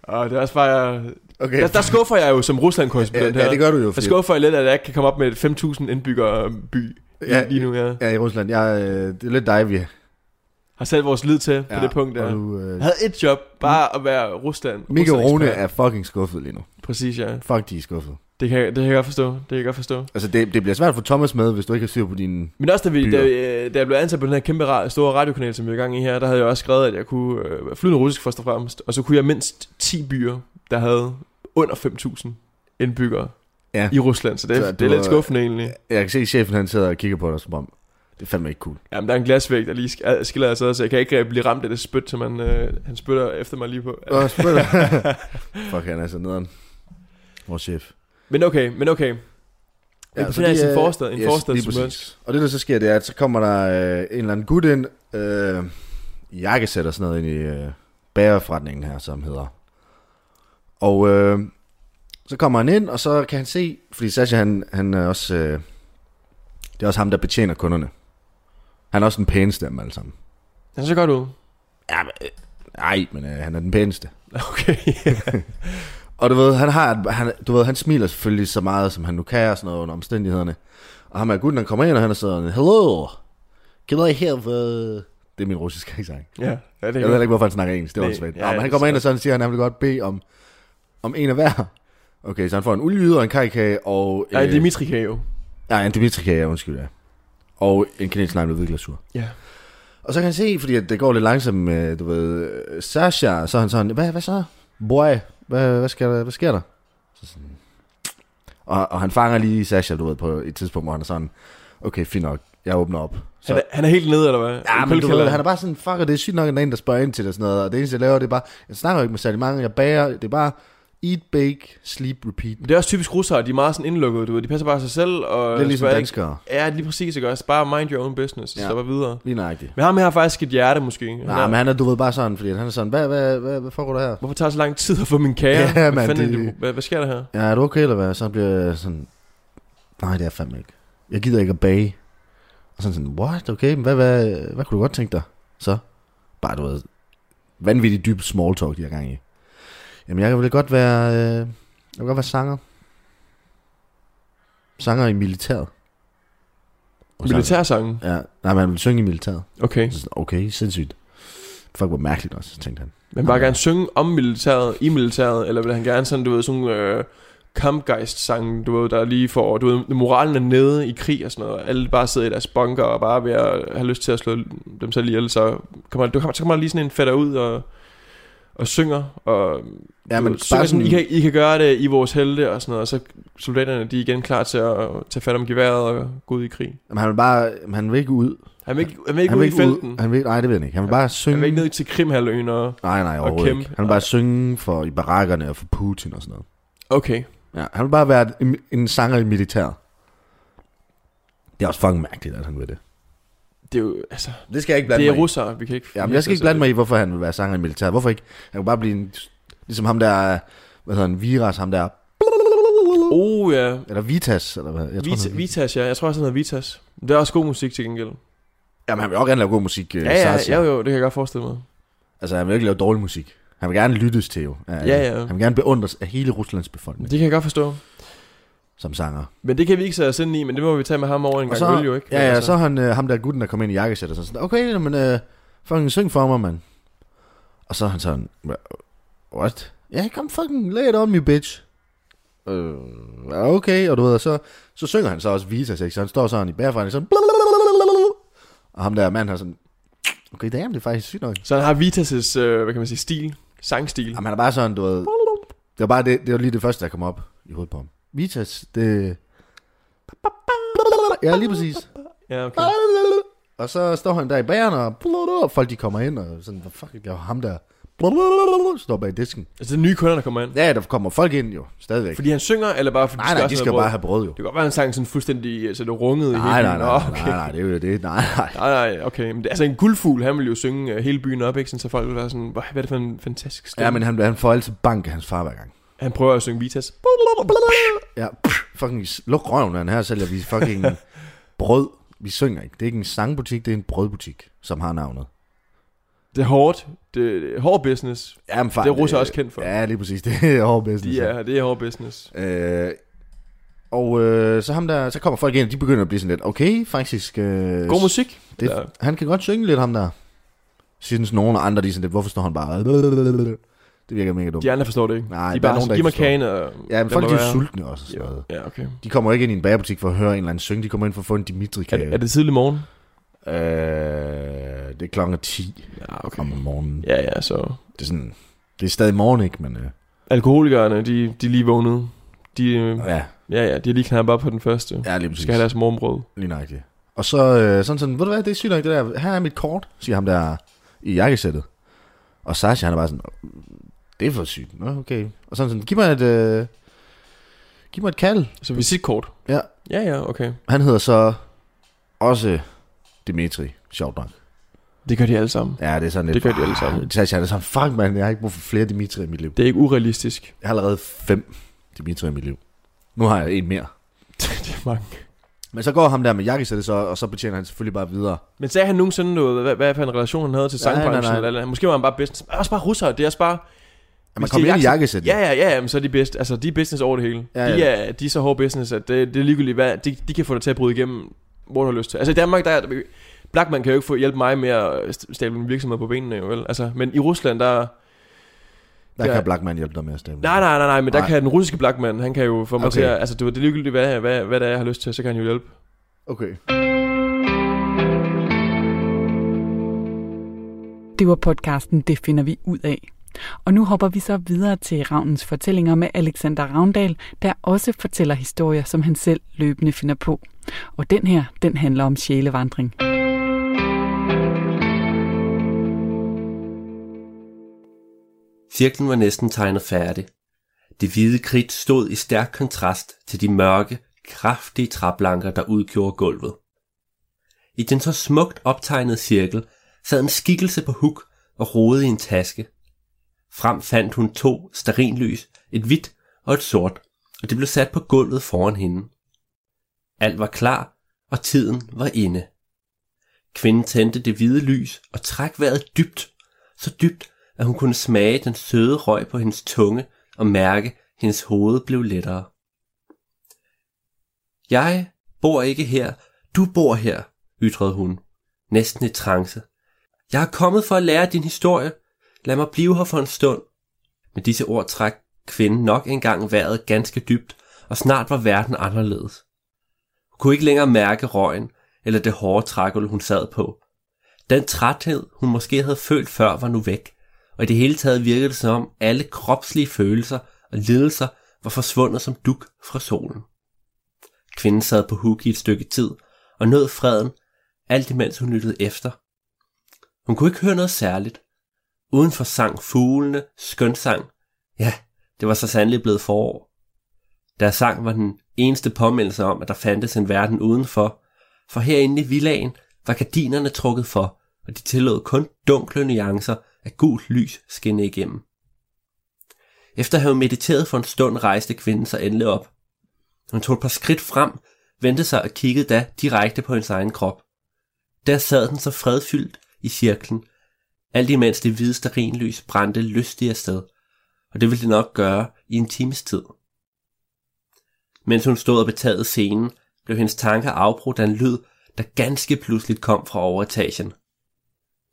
S9: Og det er også bare... Jeg,
S8: Okay.
S9: der, der skuffer jeg jo som
S8: ja,
S9: Rusland-korrespondent her.
S8: ja, det gør du jo.
S9: Der
S8: Fordi,
S9: skuffer jeg lidt, at jeg ikke kan komme op med et 5.000 indbyggere by ja,
S8: Ja,
S9: lige nu. Jeg
S8: ja, i Rusland. Jeg, øh, det er lidt dig, vi er.
S9: har sat vores lid til ja,
S8: Ja,
S9: på det punkt der.
S8: og du, øh,
S9: Jeg havde et job, bare at være Rusland.
S8: Mika
S9: Rusland-ekspert.
S8: Rune er fucking skuffet lige nu.
S9: Præcis, ja.
S8: Fuck, de er skuffet.
S9: Det kan, det kan jeg godt forstå. Det kan jeg godt forstå.
S8: Altså, det, det bliver svært for Thomas med, hvis du ikke har styr på din...
S9: Men også da, vi, da,
S8: Byer.
S9: øh, da jeg blev ansat på den her kæmpe ra- store radiokanal, som vi er i gang i her, der havde jeg også skrevet, at jeg kunne øh, flyde russisk først og fremmest, og så kunne jeg mindst 10 byer, der havde under 5.000 indbyggere ja.
S8: Ja.
S9: i Rusland. Så det,
S8: Så
S9: så det
S8: du
S9: er lidt
S8: er-
S9: skuffende egentlig.
S8: Jeg kan se, at chefen han sidder og kigger på dig som om. Det er fandme ikke cool.
S9: Jamen, der er en glasvæg, der lige sk- ad- skiller os ad, så jeg kan ikke øh, blive ramt af det spyt, som han, øh, han spytter efter mig lige på.
S8: Åh, spørg dig. Fuck, han er så nederen. Vores chef.
S9: Men okay, men okay. Ja, befinder os i en
S8: øh,
S9: forstad, en forstad
S8: lige
S9: til
S8: præcis.
S9: Murmansk.
S8: Og det, der så sker, det er, at så kommer der øh, en eller anden gut ind, øh, i jakkesæt og sådan noget, ind i øh, bagerforretningen her, som hedder. Og øh, så kommer han ind, og så kan han se, fordi Sasha, han, han er også, øh, det er også ham, der betjener kunderne. Han er også den pæneste af dem alle sammen.
S9: Han ser godt ud.
S8: Ja, men, øh, nej, men øh, han er den pæneste.
S9: Okay, ja.
S8: Og du ved, han, har, han, du ved, han smiler selvfølgelig så meget, som han nu kan, og sådan noget under omstændighederne. Og ham er gutten, han kommer ind, og han er sådan, Hello, can I have... Uh... Det er min russiske accent.
S9: ja. ja det er
S8: Jeg ved
S9: godt.
S8: heller ikke, hvorfor han snakker engelsk. Det var
S9: Nej,
S8: svært.
S9: ja,
S8: Ja, men han
S9: det
S8: kommer ind,
S9: er
S8: og sådan siger, han, han vil godt bede om, om en af hver. Okay, så han får en olieyde og en kajkage, og...
S9: Nej, Dimitri kan jo.
S8: Nej, en Dimitri-kage, ja, undskyld, ja. Og en kanelsk lime med hvid glasur.
S9: Ja.
S8: Og så kan han se, fordi at det går lidt langsomt med, du ved, øh, Sasha, så er han sådan, hvad, hvad så? Boy, hvad, hvad, sker, der, hvad sker der? Så sådan, og, og han fanger lige Sasha, du ved, på et tidspunkt, hvor han er sådan, okay, fint nok, jeg åbner op. Så,
S9: Han er, han er helt nede, eller hvad?
S8: ja,
S9: I
S8: men du ved,
S9: kuldekælderen.
S8: han er bare sådan, fuck, it, det er sygt nok, at der er en, der spørger ind til det og sådan noget. Og det eneste, jeg laver, det er bare, jeg snakker jo ikke med særlig mange, jeg bager, det er bare eat, bake, sleep, repeat.
S9: Men det er også typisk russere, de er meget sådan indlukkede, du ved. De passer bare sig selv, og...
S8: Det er ligesom
S9: spørger-
S8: danskere,
S9: Ja, lige præcis, ikke også? Bare mind your own business, og
S8: Ja.
S9: så bare videre.
S8: lige nøjagtigt.
S9: Men ham her har faktisk et hjerte, måske.
S8: Nej, men han er, du ved, bare sådan, fordi han er sådan, hvad, hvad, hvad, hvad foregår der her?
S9: Hvorfor tager det så lang tid at få min kage?
S8: Ja,
S9: hvad,
S8: mand,
S9: fanden er
S8: det-
S9: det... hvad, hvad sker der her?
S8: Ja, er du okay, eller hvad? Så bliver jeg sådan, nej, det er jeg fandme ikke. Jeg gider ikke at bage. Og sådan sådan, what, okay, men hvad, hvad, hvad kunne du godt tænke dig? Så, bare du ved, vanvittigt dyb small talk, de har gang i. Jamen, jeg vil godt være, øh, jeg vil godt være sanger. Sanger i militæret. Og så-
S9: Militærsangen.
S8: Ja, nej, man vil synge i militæret.
S9: Okay.
S8: Så sådan, okay, sindssygt. Fuck, hvor mærkeligt også, tænkte han.
S9: Men bare gerne synge om militæret, i militæret, eller vil han gerne sådan, du ved, sådan nogle øh, kampgejst-sange, du ved, der lige får, du ved, moralen er nede i krig og sådan noget, og alle bare sidder i deres bunker og bare er ved at have lyst til at slå dem selv ihjel, så kommer, du kommer, så kommer der lige sådan en fætter ud og, og synger, og
S8: Ja,
S9: du
S8: men
S9: ved, synger sådan,
S8: bare sådan-
S9: I, kan, I kan gøre det i vores helte og sådan noget, og så soldaterne, de er igen klar til at tage fat om geværet og gå ud i krig.
S8: Jamen, han vil bare, jamen, han vil ikke ud.
S9: Han vil ikke, han vil ikke
S8: han
S9: ud
S8: vil
S9: i felten,
S8: Han vil, nej, det ved han ikke. Han vil bare synge.
S9: han vil ikke ned til Krimhaløen og...
S8: Nej, nej, overhovedet
S9: kæmpe.
S8: ikke. Han vil bare synge for, i barakkerne og for Putin og sådan noget.
S9: Okay,
S8: Ja, han vil bare være en, en sanger i militæret. Det er også fucking mærkeligt, at han vil det.
S9: det er jo, altså,
S8: Det skal jeg ikke
S9: det er
S8: mig i.
S9: russere, vi kan ikke...
S8: Ja, men jeg skal ikke blande mig i, hvorfor han vil være sanger i militæret. Hvorfor ikke? Han kan bare blive en, ligesom ham der, hvad hedder han, Viras, ham der,
S9: Oh ja,
S8: eller Vitas, eller hvad? Jeg tror,
S9: Vita,
S8: han-
S9: Vitas, ja. Jeg tror også, han hedder Vitas. Det er også god musik til gengæld.
S8: Jamen, han vil også gerne lave god musik. øh,
S9: Ja, ja,
S8: Sasha.
S9: ja, jo, jo, det kan jeg godt forestille mig.
S8: Altså, han vil ikke lave dårlig musik. Han vil gerne lyttes til jo.
S9: Ja, ja.
S8: Han vil gerne beundres af hele Ruslands befolkning
S9: Det kan jeg godt forstå.
S8: som sanger.
S9: Men det kan vi ikke sætte os ind i, men det må vi tage med ham over en gang. Så, vil jo ikke.
S8: Ja,
S9: Men
S8: ja,
S9: altså,
S8: så er han, øh, ham der gutten, der kom ind i jakkesæt og sådan, sådan okay, nå, men øh, fucking syng for mig, mand. Og så er han sådan, "Wha- what? Ja, yeah, come fucking lay it on me, bitch. Øh, ja, okay, og du ved, og så, så synger han så også Vitas, ikke? Så han står sådan i bærefrænding, sådan, og ham der mand har sådan, okay, damn, det er faktisk sygt nok.
S9: Så han har Vitas' øh, hvad kan man sige, stil. Sangstil.
S8: Jamen, han er bare sådan, du ved... Det var bare det, det var lige det første, der kom op i hovedet på ham. Vitas, det... Ja, lige præcis.
S9: Ja, okay.
S8: Og så står han der i bageren, og folk de kommer ind, og sådan, hvad fuck, det var ham der... Står bag disken.
S9: Altså, det er nye kunder, der kommer ind.
S8: Ja, der kommer folk ind jo, stadigvæk.
S9: Fordi han synger, eller bare fordi
S8: nej, nej, de
S9: også
S8: skal
S9: have brød?
S8: bare have brød jo.
S9: Det kan godt være, en sang sådan fuldstændig, så det rungede i
S8: Nej,
S9: hele
S8: nej, nej,
S9: byen. Nå,
S8: nej,
S9: okay.
S8: nej, nej, det er jo det. Nej, nej.
S9: Nej, nej, okay. Men det, altså en guldfugl, han ville jo synge øh, hele byen op, ikke? Sådan, så folk ville være sådan, "Hvor- hvad er det for en fantastisk stemme?
S8: Ja, men han, han får altid bank af hans far hver gang.
S9: Han prøver at synge Vitas.
S8: Ja, fucking luk røven, man. Her sælger vi fucking brød. Vi synger ikke. Det er ikke en sangbutik, det er en brødbutik, som har navnet.
S9: Det er hårdt. Det, det er hård business.
S8: Jamen, far,
S9: Det er russere også kendt for.
S8: Ja, lige præcis. Det er hård business.
S9: De er, det er hård business.
S8: Øh, og øh, så, ham der, så kommer folk ind, og de begynder at blive sådan lidt, okay, faktisk... Øh,
S9: God musik.
S8: det,
S9: Ja.
S8: Han kan godt synge lidt, ham der. Synes nogen, og andre de er sådan lidt, hvorfor står han bare... Det virker mega dumt.
S9: De andre forstår det ikke.
S8: Nej,
S9: de er
S8: der er
S9: bare
S8: nogen,
S9: sådan,
S8: der
S9: giv
S8: ikke
S9: mig
S8: forstår.
S9: kagen og...
S8: ja,
S9: lad
S8: men folk
S9: mig
S8: de er
S9: være.
S8: jo sultne også. og Sådan noget.
S9: Ja, okay.
S8: De kommer ikke ind i en bagerbutik for at høre en eller anden synge, de kommer ind for at få en
S9: Er,
S8: Dimitri-kage.
S9: det- er det tidlig morgen?
S8: Øh, det er klokken 10
S9: Ja, okay.
S8: om morgenen.
S9: Ja, ja, så...
S8: Det er sådan... Det er stadig morgen, ikke? Men øh,
S9: Alkoholikerne, de, de er lige vågnede. De, øh,
S8: ja,
S9: ja, ja, de er lige knappet op på den første. Ja,
S8: ja, lige
S9: de
S8: præcis.
S9: skal have deres morgenbrød.
S8: Lige nøjagtigt. Og så øh, sådan sådan, ved du hvad, det er sygt nok det der, her er mit kort, siger ham der i jakkesættet. Og Sasha, han er bare sådan, "Mm, det er for sygt, Nå, okay. Og sådan sådan, giv mig et, øh, giv mig et kald.
S9: Så visitkort.
S8: Ja.
S9: Ja, ja, okay.
S8: Han hedder så også Dimitri, sjovt nok.
S9: Det gør de alle sammen.
S8: Ja, det er sådan
S9: Det
S8: lidt,
S9: gør de alle sammen.
S8: "Ah, Sasha, han er sådan, fuck mand, jeg har ikke brug for flere Dimitri i mit liv.
S9: Det er ikke urealistisk.
S8: Jeg har allerede fem Dimitri i mit liv. Nu har jeg en mere.
S9: det er mange.
S8: Men så går ham der med jakkesættet så, og så betjener han selvfølgelig bare videre.
S9: Men sagde han nogensinde noget, hvad, hvad for en relation han havde til
S8: Nej, nej,
S9: sangbranchen?
S8: nej.
S9: Eller, eller, måske var han bare business. Men Også bare russere, det er også bare...
S8: Man
S9: Hvis
S8: kommer
S9: de er
S8: ind i
S9: jakse-
S8: jakkesættet.
S9: Ja, ja, ja, ja, men så er de bedst. Altså, de er business over det hele. Ja,
S8: Ja,
S9: ja.
S8: ja.
S9: De, er, de er så hård business, at det, det er ligegyldigt, hvad, de, de kan få dig til at bryde igennem, hvor du har lyst til. Altså, i Danmark, der er, Blackman kan jo ikke få hjælpe mig med at st- stable en virksomhed på benene, jo vel? Altså, men i Rusland, der...
S8: Der
S9: Ja.
S8: kan Blackman hjælpe dig med at stemme.
S9: Nej, nej, nej, nej, men der
S8: Nej.
S9: kan den russiske Blackman, han kan jo få mig okay.
S8: Okay.
S9: til at... Altså, det, det er ligegyldigt, hvad, hvad, hvad det er, jeg har lyst til, så kan han jo hjælpe.
S8: Okay.
S1: Det var podcasten Det finder vi ud af. Og nu hopper vi så videre til Ravnens fortællinger med Alexander Ravndal, der også fortæller historier, som han selv løbende finder på. Og den her, den handler om sjælevandring.
S5: Cirklen var næsten tegnet færdig. Det hvide kridt stod i stærk kontrast til de mørke, kraftige træplanker, der udgjorde gulvet. I den så smukt optegnede cirkel sad en skikkelse på huk og rodede i en taske. Frem fandt hun to starinlys, et hvidt og et sort, og det blev sat på gulvet foran hende. Alt var klar, og tiden var inde. Kvinden tændte det hvide lys og trak vejret dybt, så dybt, at hun kunne smage den søde røg på hendes tunge og mærke, at hendes hoved blev lettere. Jeg bor ikke her, du bor her, ytrede hun, næsten i trance. Jeg er kommet for at lære din historie. Lad mig blive her for en stund. Med disse ord trak kvinden nok engang vejret ganske dybt, og snart var verden anderledes. Hun kunne ikke længere mærke røgen, eller det hårde trækul, hun sad på. Den træthed, hun måske havde følt før, var nu væk, og i det hele taget virkede det som om alle kropslige følelser og lidelser var forsvundet som duk fra solen. Kvinden sad på huk i et stykke tid og nød freden, alt imens hun lyttede efter. Hun kunne ikke høre noget særligt. Udenfor sang fuglene, skønsang. Ja, det var så sandelig blevet forår. Deres sang var den eneste påmindelse om, at der fandtes en verden udenfor, for herinde i villagen var gardinerne trukket for, og de tillod kun dunkle nuancer af gult lys skinne igennem. Efter at have mediteret for en stund, rejste kvinden sig endelig op. Hun tog et par skridt frem, vendte sig og kiggede da direkte på hendes egen krop. Der sad den så fredfyldt i cirklen, alt imens det hvide starinlys brændte lystigt afsted, og det ville det nok gøre i en times tid. Mens hun stod og betagede scenen, blev hendes tanker afbrudt af en lyd, der ganske pludseligt kom fra overetagen.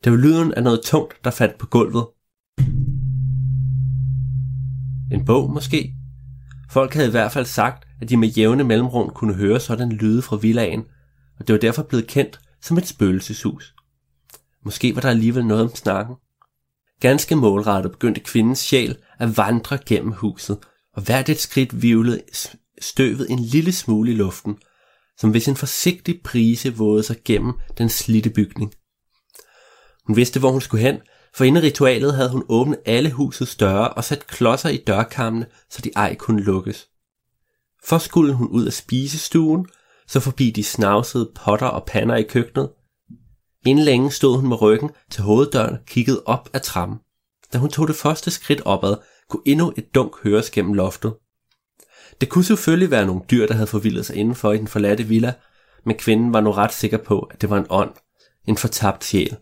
S5: Det var lyden af noget tungt, der faldt på gulvet. En bog måske? Folk havde i hvert fald sagt, at de med jævne mellemrum kunne høre sådan lyde fra villagen, og det var derfor blevet kendt som et spøgelseshus. Måske var der alligevel noget om snakken. Ganske målrettet begyndte kvindens sjæl at vandre gennem huset, og hvert et skridt vivlede støvet en lille smule i luften, som hvis en forsigtig prise vågede sig gennem den slitte bygning. Hun vidste, hvor hun skulle hen, for inden ritualet havde hun åbnet alle husets døre og sat klodser i dørkammene, så de ej kunne lukkes. Først skulle hun ud af spisestuen, så forbi de snavsede potter og pander i køkkenet. Inden længe stod hun med ryggen til hoveddøren og kiggede op ad trappen. Da hun tog det første skridt opad, kunne endnu et dunk høres gennem loftet. Det kunne selvfølgelig være nogle dyr, der havde forvildet sig indenfor i den forladte villa, men kvinden var nu ret sikker på, at det var en ånd, en fortabt sjæl,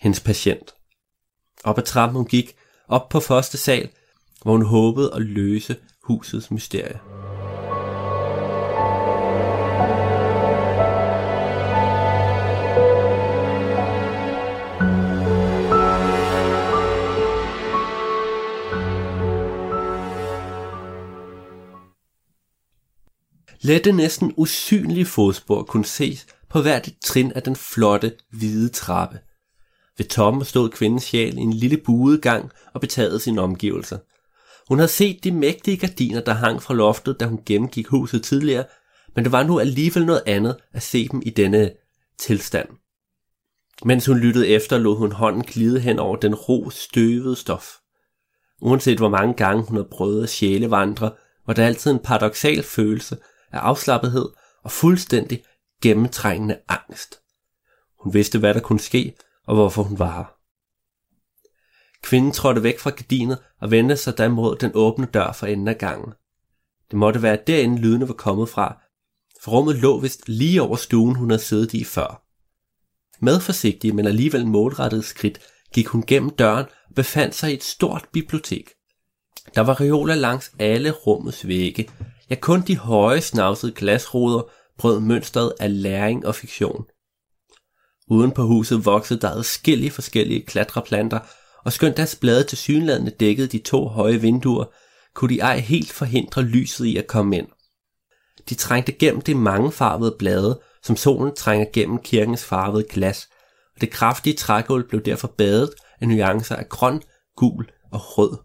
S5: hendes patient. Op ad trappen hun gik, op på første sal, hvor hun håbede at løse husets mysterie. Lette næsten usynlige fodspor kunne ses på hvert et trin af den flotte, hvide trappe. Ved toppen stod kvindens sjæl i en lille buegang og betagede sine omgivelser. Hun havde set de mægtige gardiner, der hang fra loftet, da hun gennemgik huset tidligere, men det var nu alligevel noget andet at se dem i denne tilstand. Mens hun lyttede efter, lod hun hånden glide hen over den ro, støvede stof. Uanset hvor mange gange hun havde prøvet at sjælevandre, var der altid en paradoxal følelse af afslappethed og fuldstændig gennemtrængende angst. Hun vidste, hvad der kunne ske, og hvorfor hun var her. Kvinden trådte væk fra gardinet og vendte sig da mod den åbne dør for enden af gangen. Det måtte være derinde lydene var kommet fra, for rummet lå vist lige over stuen, hun havde siddet i før. Med forsigtige, men alligevel målrettede skridt, gik hun gennem døren og befandt sig i et stort bibliotek. Der var reoler langs alle rummets vægge, ja kun de høje snavsede glasruder brød mønstret af læring og fiktion. Uden på huset voksede der adskillige forskellige klatreplanter, og skønt deres blade til synlædende dækkede de to høje vinduer, kunne de ej helt forhindre lyset i at komme ind. De trængte gennem det mangefarvede blade, som solen trænger gennem kirkens farvede glas, og det kraftige trægulv blev derfor badet af nuancer af grøn, gul og rød.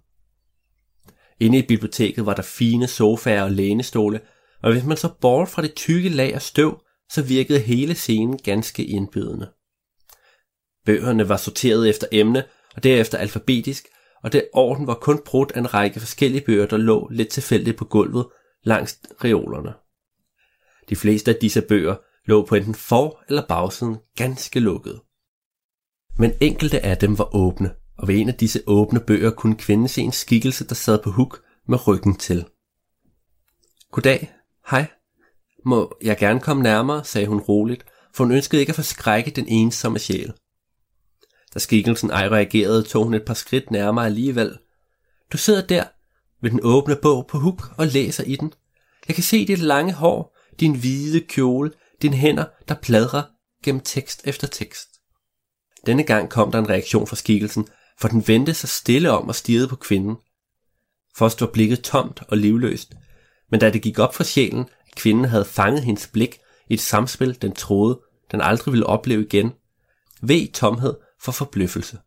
S5: Inde i biblioteket var der fine sofaer og lænestole, og hvis man så bort fra det tykke lag af støv, så virkede hele scenen ganske indbydende. Bøgerne var sorteret efter emne, og derefter alfabetisk, og det orden var kun brudt af en række forskellige bøger, der lå lidt tilfældigt på gulvet langs reolerne. De fleste af disse bøger lå på enten for- eller bagsiden ganske lukket. Men enkelte af dem var åbne, og ved en af disse åbne bøger kunne kvinden se en skikkelse, der sad på huk med ryggen til. Goddag, hej. Må jeg gerne komme nærmere, sagde hun roligt, for hun ønskede ikke at forskrække den ensomme sjæl. Da skikkelsen ej reagerede, tog hun et par skridt nærmere alligevel. Du sidder der, ved den åbne bog på huk og læser i den. Jeg kan se dit lange hår, din hvide kjole, dine hænder, der pladrer gennem tekst efter tekst. Denne gang kom der en reaktion fra skikkelsen, for den vendte sig stille om og stirrede på kvinden. Først var blikket tomt og livløst, men da det gik op for sjælen, at kvinden havde fanget hendes blik i et samspil, den troede, den aldrig ville opleve igen, ved tomhed for forbløffelse.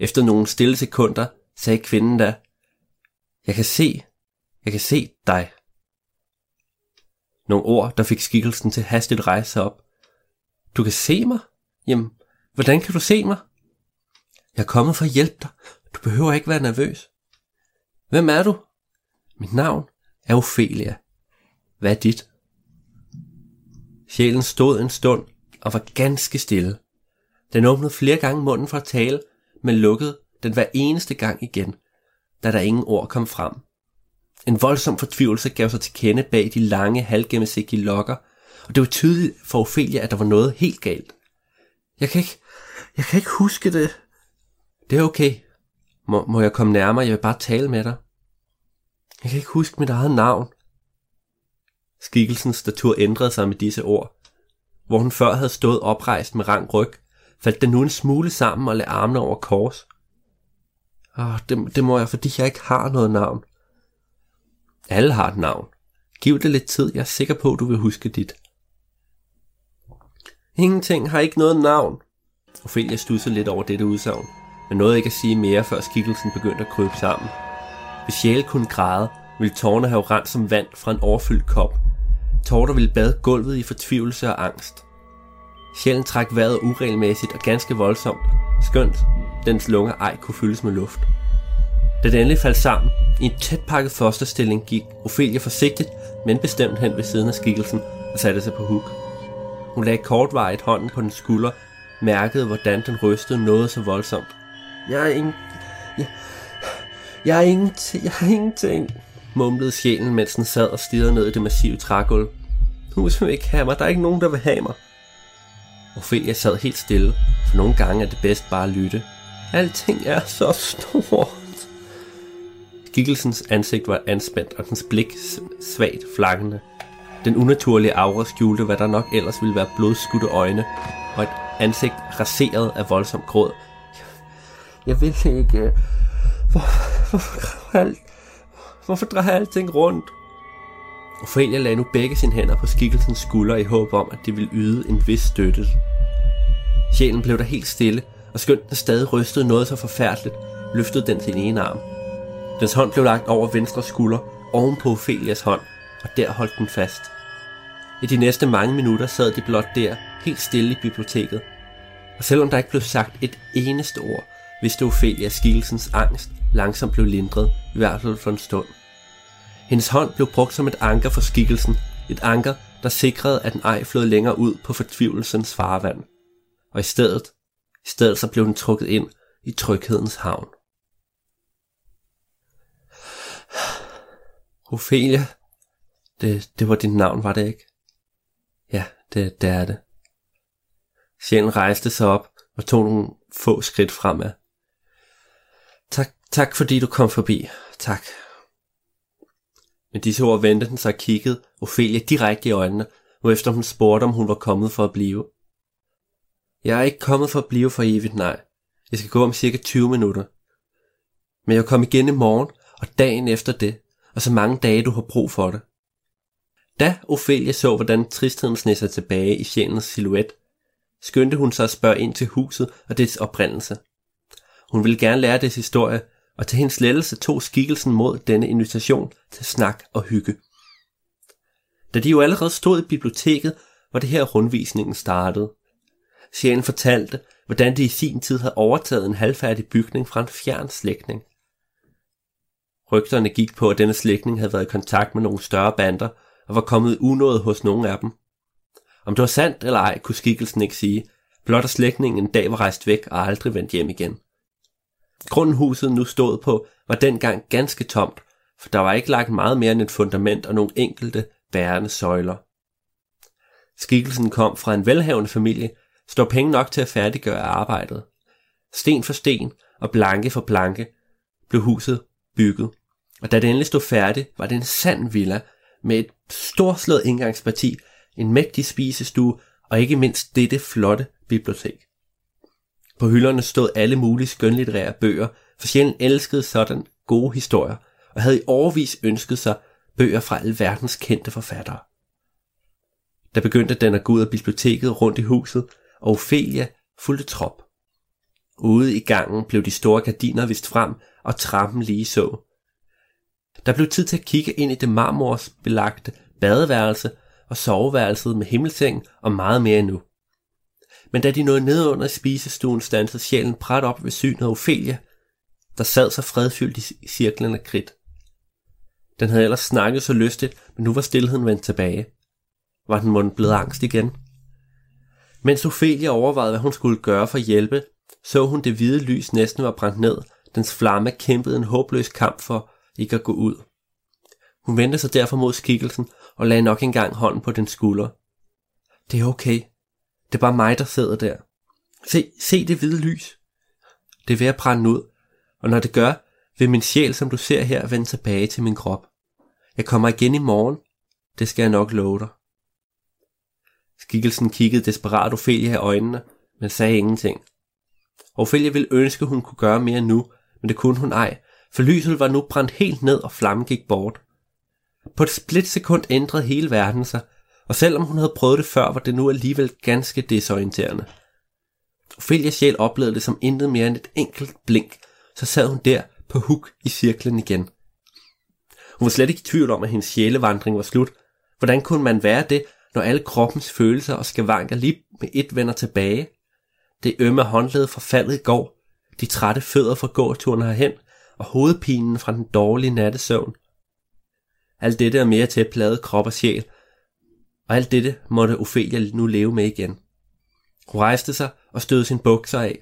S5: Efter nogle stille sekunder sagde kvinden da, Jeg kan se, jeg kan se dig. Nogle ord, der fik skikkelsen til hastigt rejse sig op. Du kan se mig? Jamen, hvordan kan du se mig? Jeg er kommet for at hjælpe dig. Du behøver ikke være nervøs. Hvem er du? Mit navn er Ophelia. Hvad er dit? Sjælen stod en stund og var ganske stille. Den åbnede flere gange munden for at tale, men lukkede den hver eneste gang igen, da der ingen ord kom frem. En voldsom fortvivlelse gav sig til kende bag de lange, halvgennemsigtige lokker, og det var tydeligt for Ophelia, at der var noget helt galt. Jeg kan ikke, jeg kan ikke huske det. Det er okay. Må, må jeg komme nærmere? Jeg vil bare tale med dig. Jeg kan ikke huske mit eget navn. Skikkelsens statur ændrede sig med disse ord. Hvor hun før havde stået oprejst med rank ryg, faldt den nu en smule sammen og lagde armene over kors. Åh, det, det må jeg, fordi jeg ikke har noget navn. Alle har et navn. Giv det lidt tid, jeg er sikker på, du vil huske dit. Ingenting har ikke noget navn. Ophelia studsede lidt over dette udsagn, men nåede ikke at sige mere, før skikkelsen begyndte at krybe sammen. Hvis sjæl kunne græde, ville tårerne have rent som vand fra en overfyldt kop. Tårter ville bade gulvet i fortvivlelse og angst. Sjælen trak vejret uregelmæssigt og ganske voldsomt, skønt dens lunger ej kunne fyldes med luft. Da den endelig faldt sammen, i en tætpakket fosterstilling gik Ophelia forsigtigt, men bestemt hen ved siden af skikkelsen og satte sig på huk. Hun lagde kortvarigt hånden på den skulder, mærkede hvordan den rystede noget så voldsomt. Jeg er ingen... Jeg, jeg er ingenting, jeg er ingenting, mumlede sjælen, mens den sad og stirrede ned i det massive trægulv. Huset vil ikke have mig, der er ikke nogen, der vil have mig. Ophelia sad helt stille, for nogle gange er det bedst bare at lytte. Alting er så stort. Skikkelsens ansigt var anspændt, og dens blik s- svagt flakkende. Den unaturlige aura skjulte, hvad der nok ellers ville være blodskudte øjne, og et ansigt raseret af voldsom gråd. Jeg vil ikke... Hvor, hvorfor, graver alt, hvorfor drejer alting rundt? Ophelia lagde nu begge sine hænder på skikkelsens skulder i håb om, at det ville yde en vis støtte. Sjælen blev der helt stille, og skønt den stadig rystede noget så forfærdeligt, løftede den sin ene arm. Dens hånd blev lagt over venstre skulder, oven på Ophelias hånd, og der holdt den fast. I de næste mange minutter sad de blot der, helt stille i biblioteket. Og selvom der ikke blev sagt et eneste ord, vidste Ophelia at skikkelsens angst langsomt blev lindret, i hvert fald for en stund. Hendes hånd blev brugt som et anker for skikkelsen, et anker, der sikrede, at den ej flød længere ud på fortvivlelsens farvand. Og i stedet, i stedet så blev den trukket ind i tryghedens havn. Ophelia, det, det var dit navn, var det ikke? Ja, det, det er det. Sjælen rejste sig op og tog nogle få skridt fremad. Tak, tak fordi du kom forbi. Tak. Med disse ord vendte den sig og kiggede Ophelia direkte i øjnene, hvorefter hun spurgte, om hun var kommet for at blive. Jeg er ikke kommet for at blive for evigt, nej. Jeg skal gå om cirka 20 minutter. Men jeg kommer igen i morgen og dagen efter det, og så mange dage du har brug for det. Da Ophelia så, hvordan tristheden sned sig tilbage i sjælens silhuet, skyndte hun sig at spørge ind til huset og dets oprindelse. Hun ville gerne lære dets historie, og til hendes lettelse tog skikkelsen mod denne invitation til snak og hygge. Da de jo allerede stod i biblioteket, var det her rundvisningen startede. Sjælen fortalte, hvordan de i sin tid havde overtaget en halvfærdig bygning fra en fjern slægtning. Rygterne gik på, at denne slægtning havde været i kontakt med nogle større bander og var kommet i unåde hos nogle af dem. Om det var sandt eller ej, kunne skikkelsen ikke sige, blot at slægtningen en dag var rejst væk og aldrig vendt hjem igen. Grunden huset nu stod på var dengang ganske tomt, for der var ikke lagt meget mere end et fundament og nogle enkelte bærende søjler. Skikkelsen kom fra en velhavende familie, står penge nok til at færdiggøre arbejdet. Sten for sten og blanke for blanke blev huset bygget, og da det endelig stod færdigt, var det en sand villa med et storslået indgangsparti, en mægtig spisestue og ikke mindst dette flotte bibliotek. På hylderne stod alle mulige skønlitterære bøger, for sjælen elskede sådan gode historier, og havde i overvis ønsket sig bøger fra alverdens kendte forfattere. Der begyndte den at gå ud af biblioteket rundt i huset, og Ophelia fulgte trop. Ude i gangen blev de store gardiner vist frem, og trappen lige så. Der blev tid til at kigge ind i det marmorsbelagte badeværelse og soveværelset med himmelseng og meget mere endnu. Men da de nåede ned under spisestuen, stansede sjælen præt op ved synet af Ophelia, der sad så fredfyldt i cirklen af kridt. Den havde ellers snakket så lystigt, men nu var stillheden vendt tilbage. Var den mund blevet angst igen? Mens Ophelia overvejede, hvad hun skulle gøre for at hjælpe, så hun det hvide lys næsten var brændt ned. Dens flamme kæmpede en håbløs kamp for ikke at gå ud. Hun vendte sig derfor mod skikkelsen og lagde nok engang hånden på den skulder. Det er okay. Det er bare mig, der sidder der. Se, se det hvide lys. Det er ved at brænde ud, og når det gør, vil min sjæl, som du ser her, vende tilbage til min krop. Jeg kommer igen i morgen. Det skal jeg nok love dig. Skikkelsen kiggede desperat Ophelia i øjnene, men sagde ingenting. Ophelia ville ønske, hun kunne gøre mere nu, men det kunne hun ej, for lyset var nu brændt helt ned, og flammen gik bort. På et splitsekund ændrede hele verden sig, og selvom hun havde prøvet det før, var det nu alligevel ganske desorienterende. Ophelias sjæl oplevede det som intet mere end et enkelt blink, så sad hun der på huk i cirklen igen. Hun var slet ikke i tvivl om, at hendes sjælevandring var slut. Hvordan kunne man være det, når alle kroppens følelser og skavanker lige med et vender tilbage? Det ømme håndled fra faldet i går, de trætte fødder fra gåturen herhen, og hovedpinen fra den dårlige nattesøvn. Alt dette og mere til at plade krop og sjæl, og alt dette måtte Ophelia nu leve med igen. Hun rejste sig og stødte sine bukser af.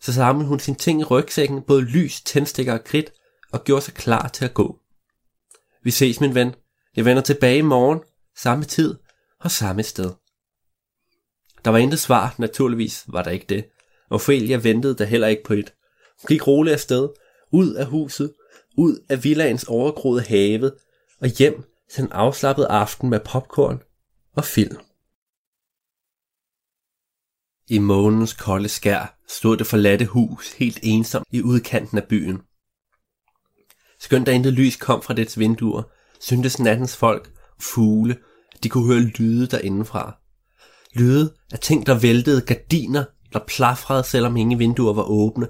S5: Så samlede hun sine ting i rygsækken, både lys, tændstikker og kridt, og gjorde sig klar til at gå. Vi ses, min ven. Jeg vender tilbage i morgen, samme tid og samme sted. Der var intet svar, naturligvis var der ikke det. Og Ophelia ventede der heller ikke på et. Hun gik roligt afsted, ud af huset, ud af villaens overgroede have, og hjem til en afslappet aften med popcorn og film. I månens kolde skær stod det forladte hus helt ensomt i udkanten af byen. Skønt der intet lys kom fra dets vinduer, syntes nattens folk, fugle, at de kunne høre lyde derindefra. Lyde af ting, der væltede gardiner, der plafrede, selvom ingen vinduer var åbne,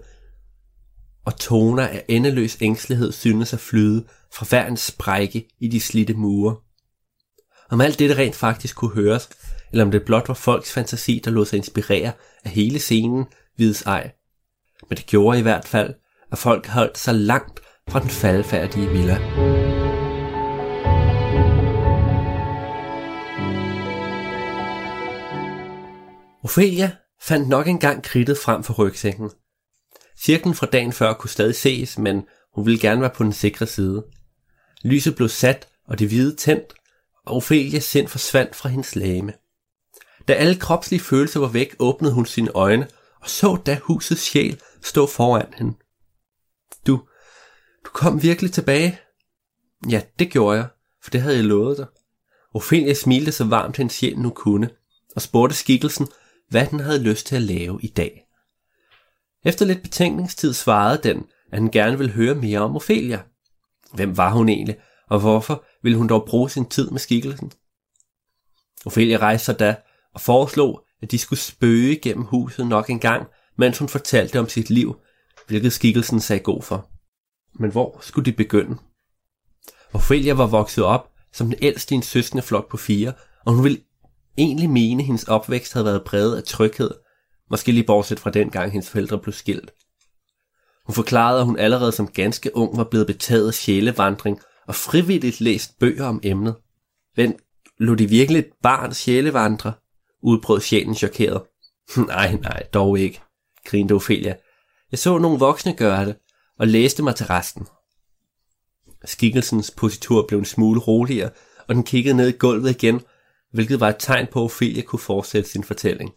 S5: og toner af endeløs ængstelighed synes at flyde fra hver en sprække i de slitte mure. Om alt dette rent faktisk kunne høres, eller om det blot var folks fantasi, der lod sig inspirere af hele scenen, vides ej. Men det gjorde i hvert fald, at folk holdt sig langt fra den faldfærdige villa. Ophelia fandt nok engang kridtet frem for rygsækken. Cirklen fra dagen før kunne stadig ses, men hun ville gerne være på den sikre side. Lyset blev sat, og det hvide tændt, og Ophelias sind forsvandt fra hendes lame. Da alle kropslige følelser var væk, åbnede hun sine øjne og så da husets sjæl stå foran hende. Du, du kom virkelig tilbage? Ja, det gjorde jeg, for det havde jeg lovet dig. Ophelia smilte så varmt hendes sjæl nu kunne, og spurgte skikkelsen, hvad den havde lyst til at lave i dag. Efter lidt betænkningstid svarede den, at han gerne ville høre mere om Ophelia. Hvem var hun egentlig, og hvorfor ville hun dog bruge sin tid med skikkelsen? Ophelia rejste sig da og foreslog, at de skulle spøge gennem huset nok en gang, mens hun fortalte om sit liv, hvilket skikkelsen sagde god for. Men hvor skulle de begynde? Ophelia var vokset op som den ældste i en søskende flok på fire, og hun ville egentlig mene, at hendes opvækst havde været præget af tryghed, måske lige bortset fra den gang hendes forældre blev skilt. Hun forklarede, at hun allerede som ganske ung var blevet betaget af sjælevandring og frivilligt læst bøger om emnet. Men lå de virkelig et barn sjælevandre? udbrød sjælen chokeret. Nej, nej, dog ikke, grinte Ophelia. Jeg så nogle voksne gøre det, og læste mig til resten. Skikkelsens positur blev en smule roligere, og den kiggede ned i gulvet igen, hvilket var et tegn på, at Ophelia kunne fortsætte sin fortælling.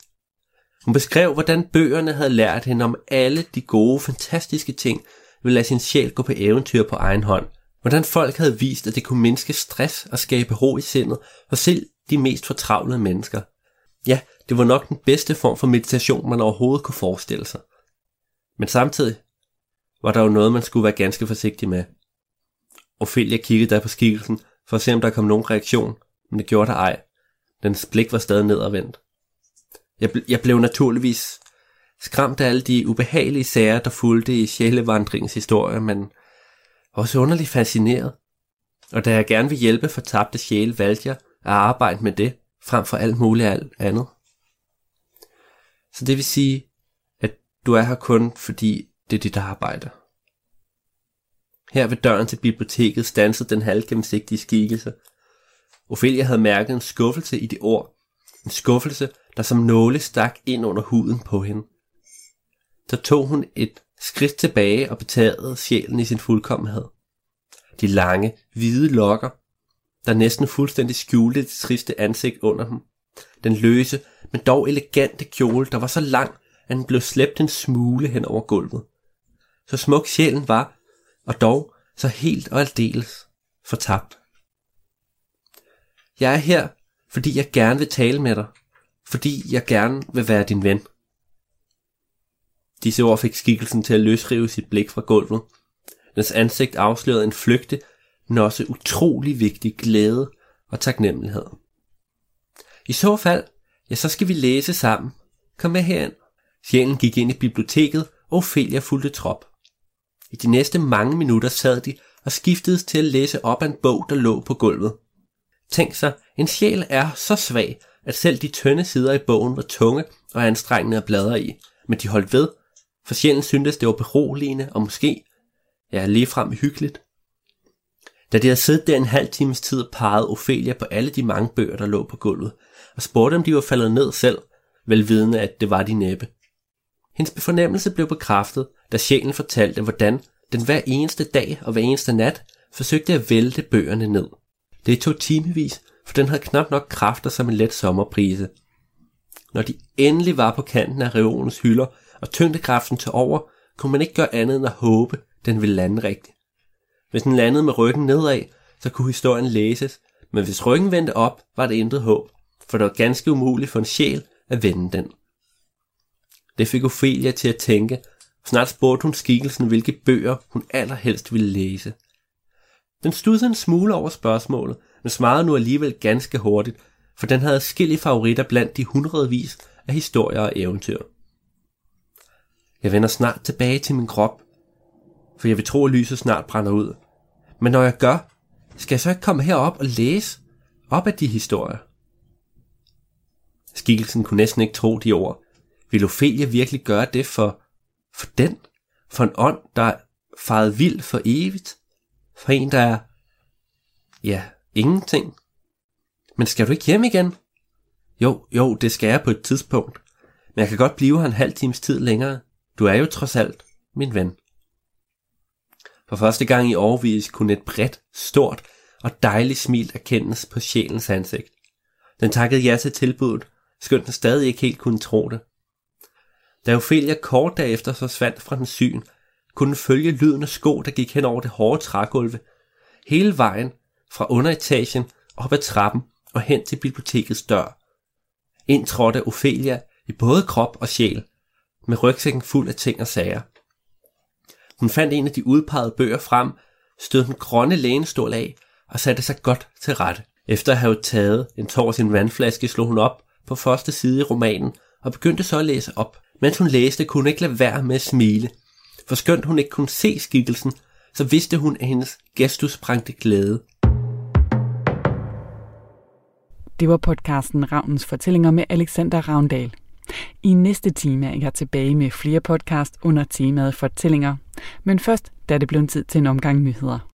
S5: Hun beskrev, hvordan bøgerne havde lært hende om alle de gode, fantastiske ting, ved at lade sin sjæl gå på eventyr på egen hånd. Hvordan folk havde vist, at det kunne mindske stress og skabe ro i sindet, og selv de mest fortravlede mennesker. Ja, det var nok den bedste form for meditation, man overhovedet kunne forestille sig. Men samtidig var der jo noget, man skulle være ganske forsigtig med. Ophelia kiggede der på skikkelsen for at se, om der kom nogen reaktion, men det gjorde der ej. Dens blik var stadig nedadvendt. Jeg, ble, jeg blev naturligvis skræmt af alle de ubehagelige sager, der fulgte i sjælevandringens historie, men også underligt fascineret. Og da jeg gerne vil hjælpe for tabte sjæle, valgte jeg at arbejde med det, frem for alt muligt alt andet. Så det vil sige, at du er her kun, fordi det er dit arbejde. Her ved døren til biblioteket stansede den halvgennemsigtige skikkelse. Ophelia havde mærket en skuffelse i det ord. En skuffelse, der som nåle stak ind under huden på hende. Så tog hun et skridt tilbage og betagede sjælen i sin fuldkommenhed. De lange, hvide lokker, der næsten fuldstændig skjulte det triste ansigt under dem. Den løse, men dog elegante kjole, der var så lang, at den blev slæbt en smule hen over gulvet. Så smuk sjælen var, og dog så helt og aldeles fortabt. Jeg er her, fordi jeg gerne vil tale med dig, fordi jeg gerne vil være din ven. Disse ord fik skikkelsen til at løsrive sit blik fra gulvet. Dens ansigt afslørede en flygte, men også utrolig vigtig glæde og taknemmelighed. I så fald, ja, så skal vi læse sammen. Kom med herind. Sjælen gik ind i biblioteket, og Ophelia fulgte trop. I de næste mange minutter sad de og skiftedes til at læse op af en bog, der lå på gulvet. Tænk sig, en sjæl er så svag, at selv de tynde sider i bogen var tunge og anstrengende at bladre i, men de holdt ved, for sjælen syntes, det var beroligende og måske, ja, ligefrem hyggeligt. Da de havde siddet der en halv times tid, pegede Ophelia på alle de mange bøger, der lå på gulvet, og spurgte, om de var faldet ned selv, velvidende, at det var de næppe. Hendes fornemmelse blev bekræftet, da sjælen fortalte, hvordan den hver eneste dag og hver eneste nat forsøgte at vælte bøgerne ned. Det tog timevis, for den havde knap nok kræfter som en let sommerprise. Når de endelig var på kanten af reolens hylder, og tyngdekraften til over, kunne man ikke gøre andet end at håbe, den ville lande rigtigt. Hvis den landede med ryggen nedad, så kunne historien læses, men hvis ryggen vendte op, var det intet håb, for det var ganske umuligt for en sjæl at vende den. Det fik Ophelia til at tænke, og snart spurgte hun skikkelsen, hvilke bøger hun allerhelst ville læse. Den studede en smule over spørgsmålet, men svarede nu alligevel ganske hurtigt, for den havde skille favoritter blandt de hundredvis af historier og eventyr. Jeg vender snart tilbage til min krop, for jeg vil tro, at lyset snart brænder ud. Men når jeg gør, skal jeg så ikke komme herop og læse op af de historier? Skikkelsen kunne næsten ikke tro de ord. Vil Ophelia virkelig gøre det for, for den? For en ånd, der er faret vild for evigt? For en, der er, ja, ingenting? Men skal du ikke hjem igen? Jo, jo, det skal jeg på et tidspunkt. Men jeg kan godt blive her en halv times tid længere. Du er jo trods alt min ven. For første gang i årvis kunne et bredt, stort og dejligt smil erkendes på sjælens ansigt. Den takkede ja til tilbuddet, skønt den stadig ikke helt kunne tro det. Da Ophelia kort derefter forsvandt fra den syn, kunne den følge lyden af sko, der gik hen over det hårde trægulve, hele vejen fra underetagen op ad trappen og hen til bibliotekets dør. Ind trådte Ophelia i både krop og sjæl, med rygsækken fuld af ting og sager. Hun fandt en af de udpegede bøger frem, stod den grønne lænestol af og satte sig godt til rette. Efter at have taget en tår sin vandflaske, slog hun op på første side i romanen og begyndte så at læse op. Mens hun læste, kunne hun ikke lade være med at smile. For skønt hun ikke kunne se skikkelsen,
S10: så vidste hun, at hendes gestus sprængte glæde.
S1: Det var podcasten Ravnens Fortællinger med Alexander Ravndal. I næste time er jeg tilbage med flere podcast under temaet Fortællinger, men først da det blev tid til en omgang nyheder.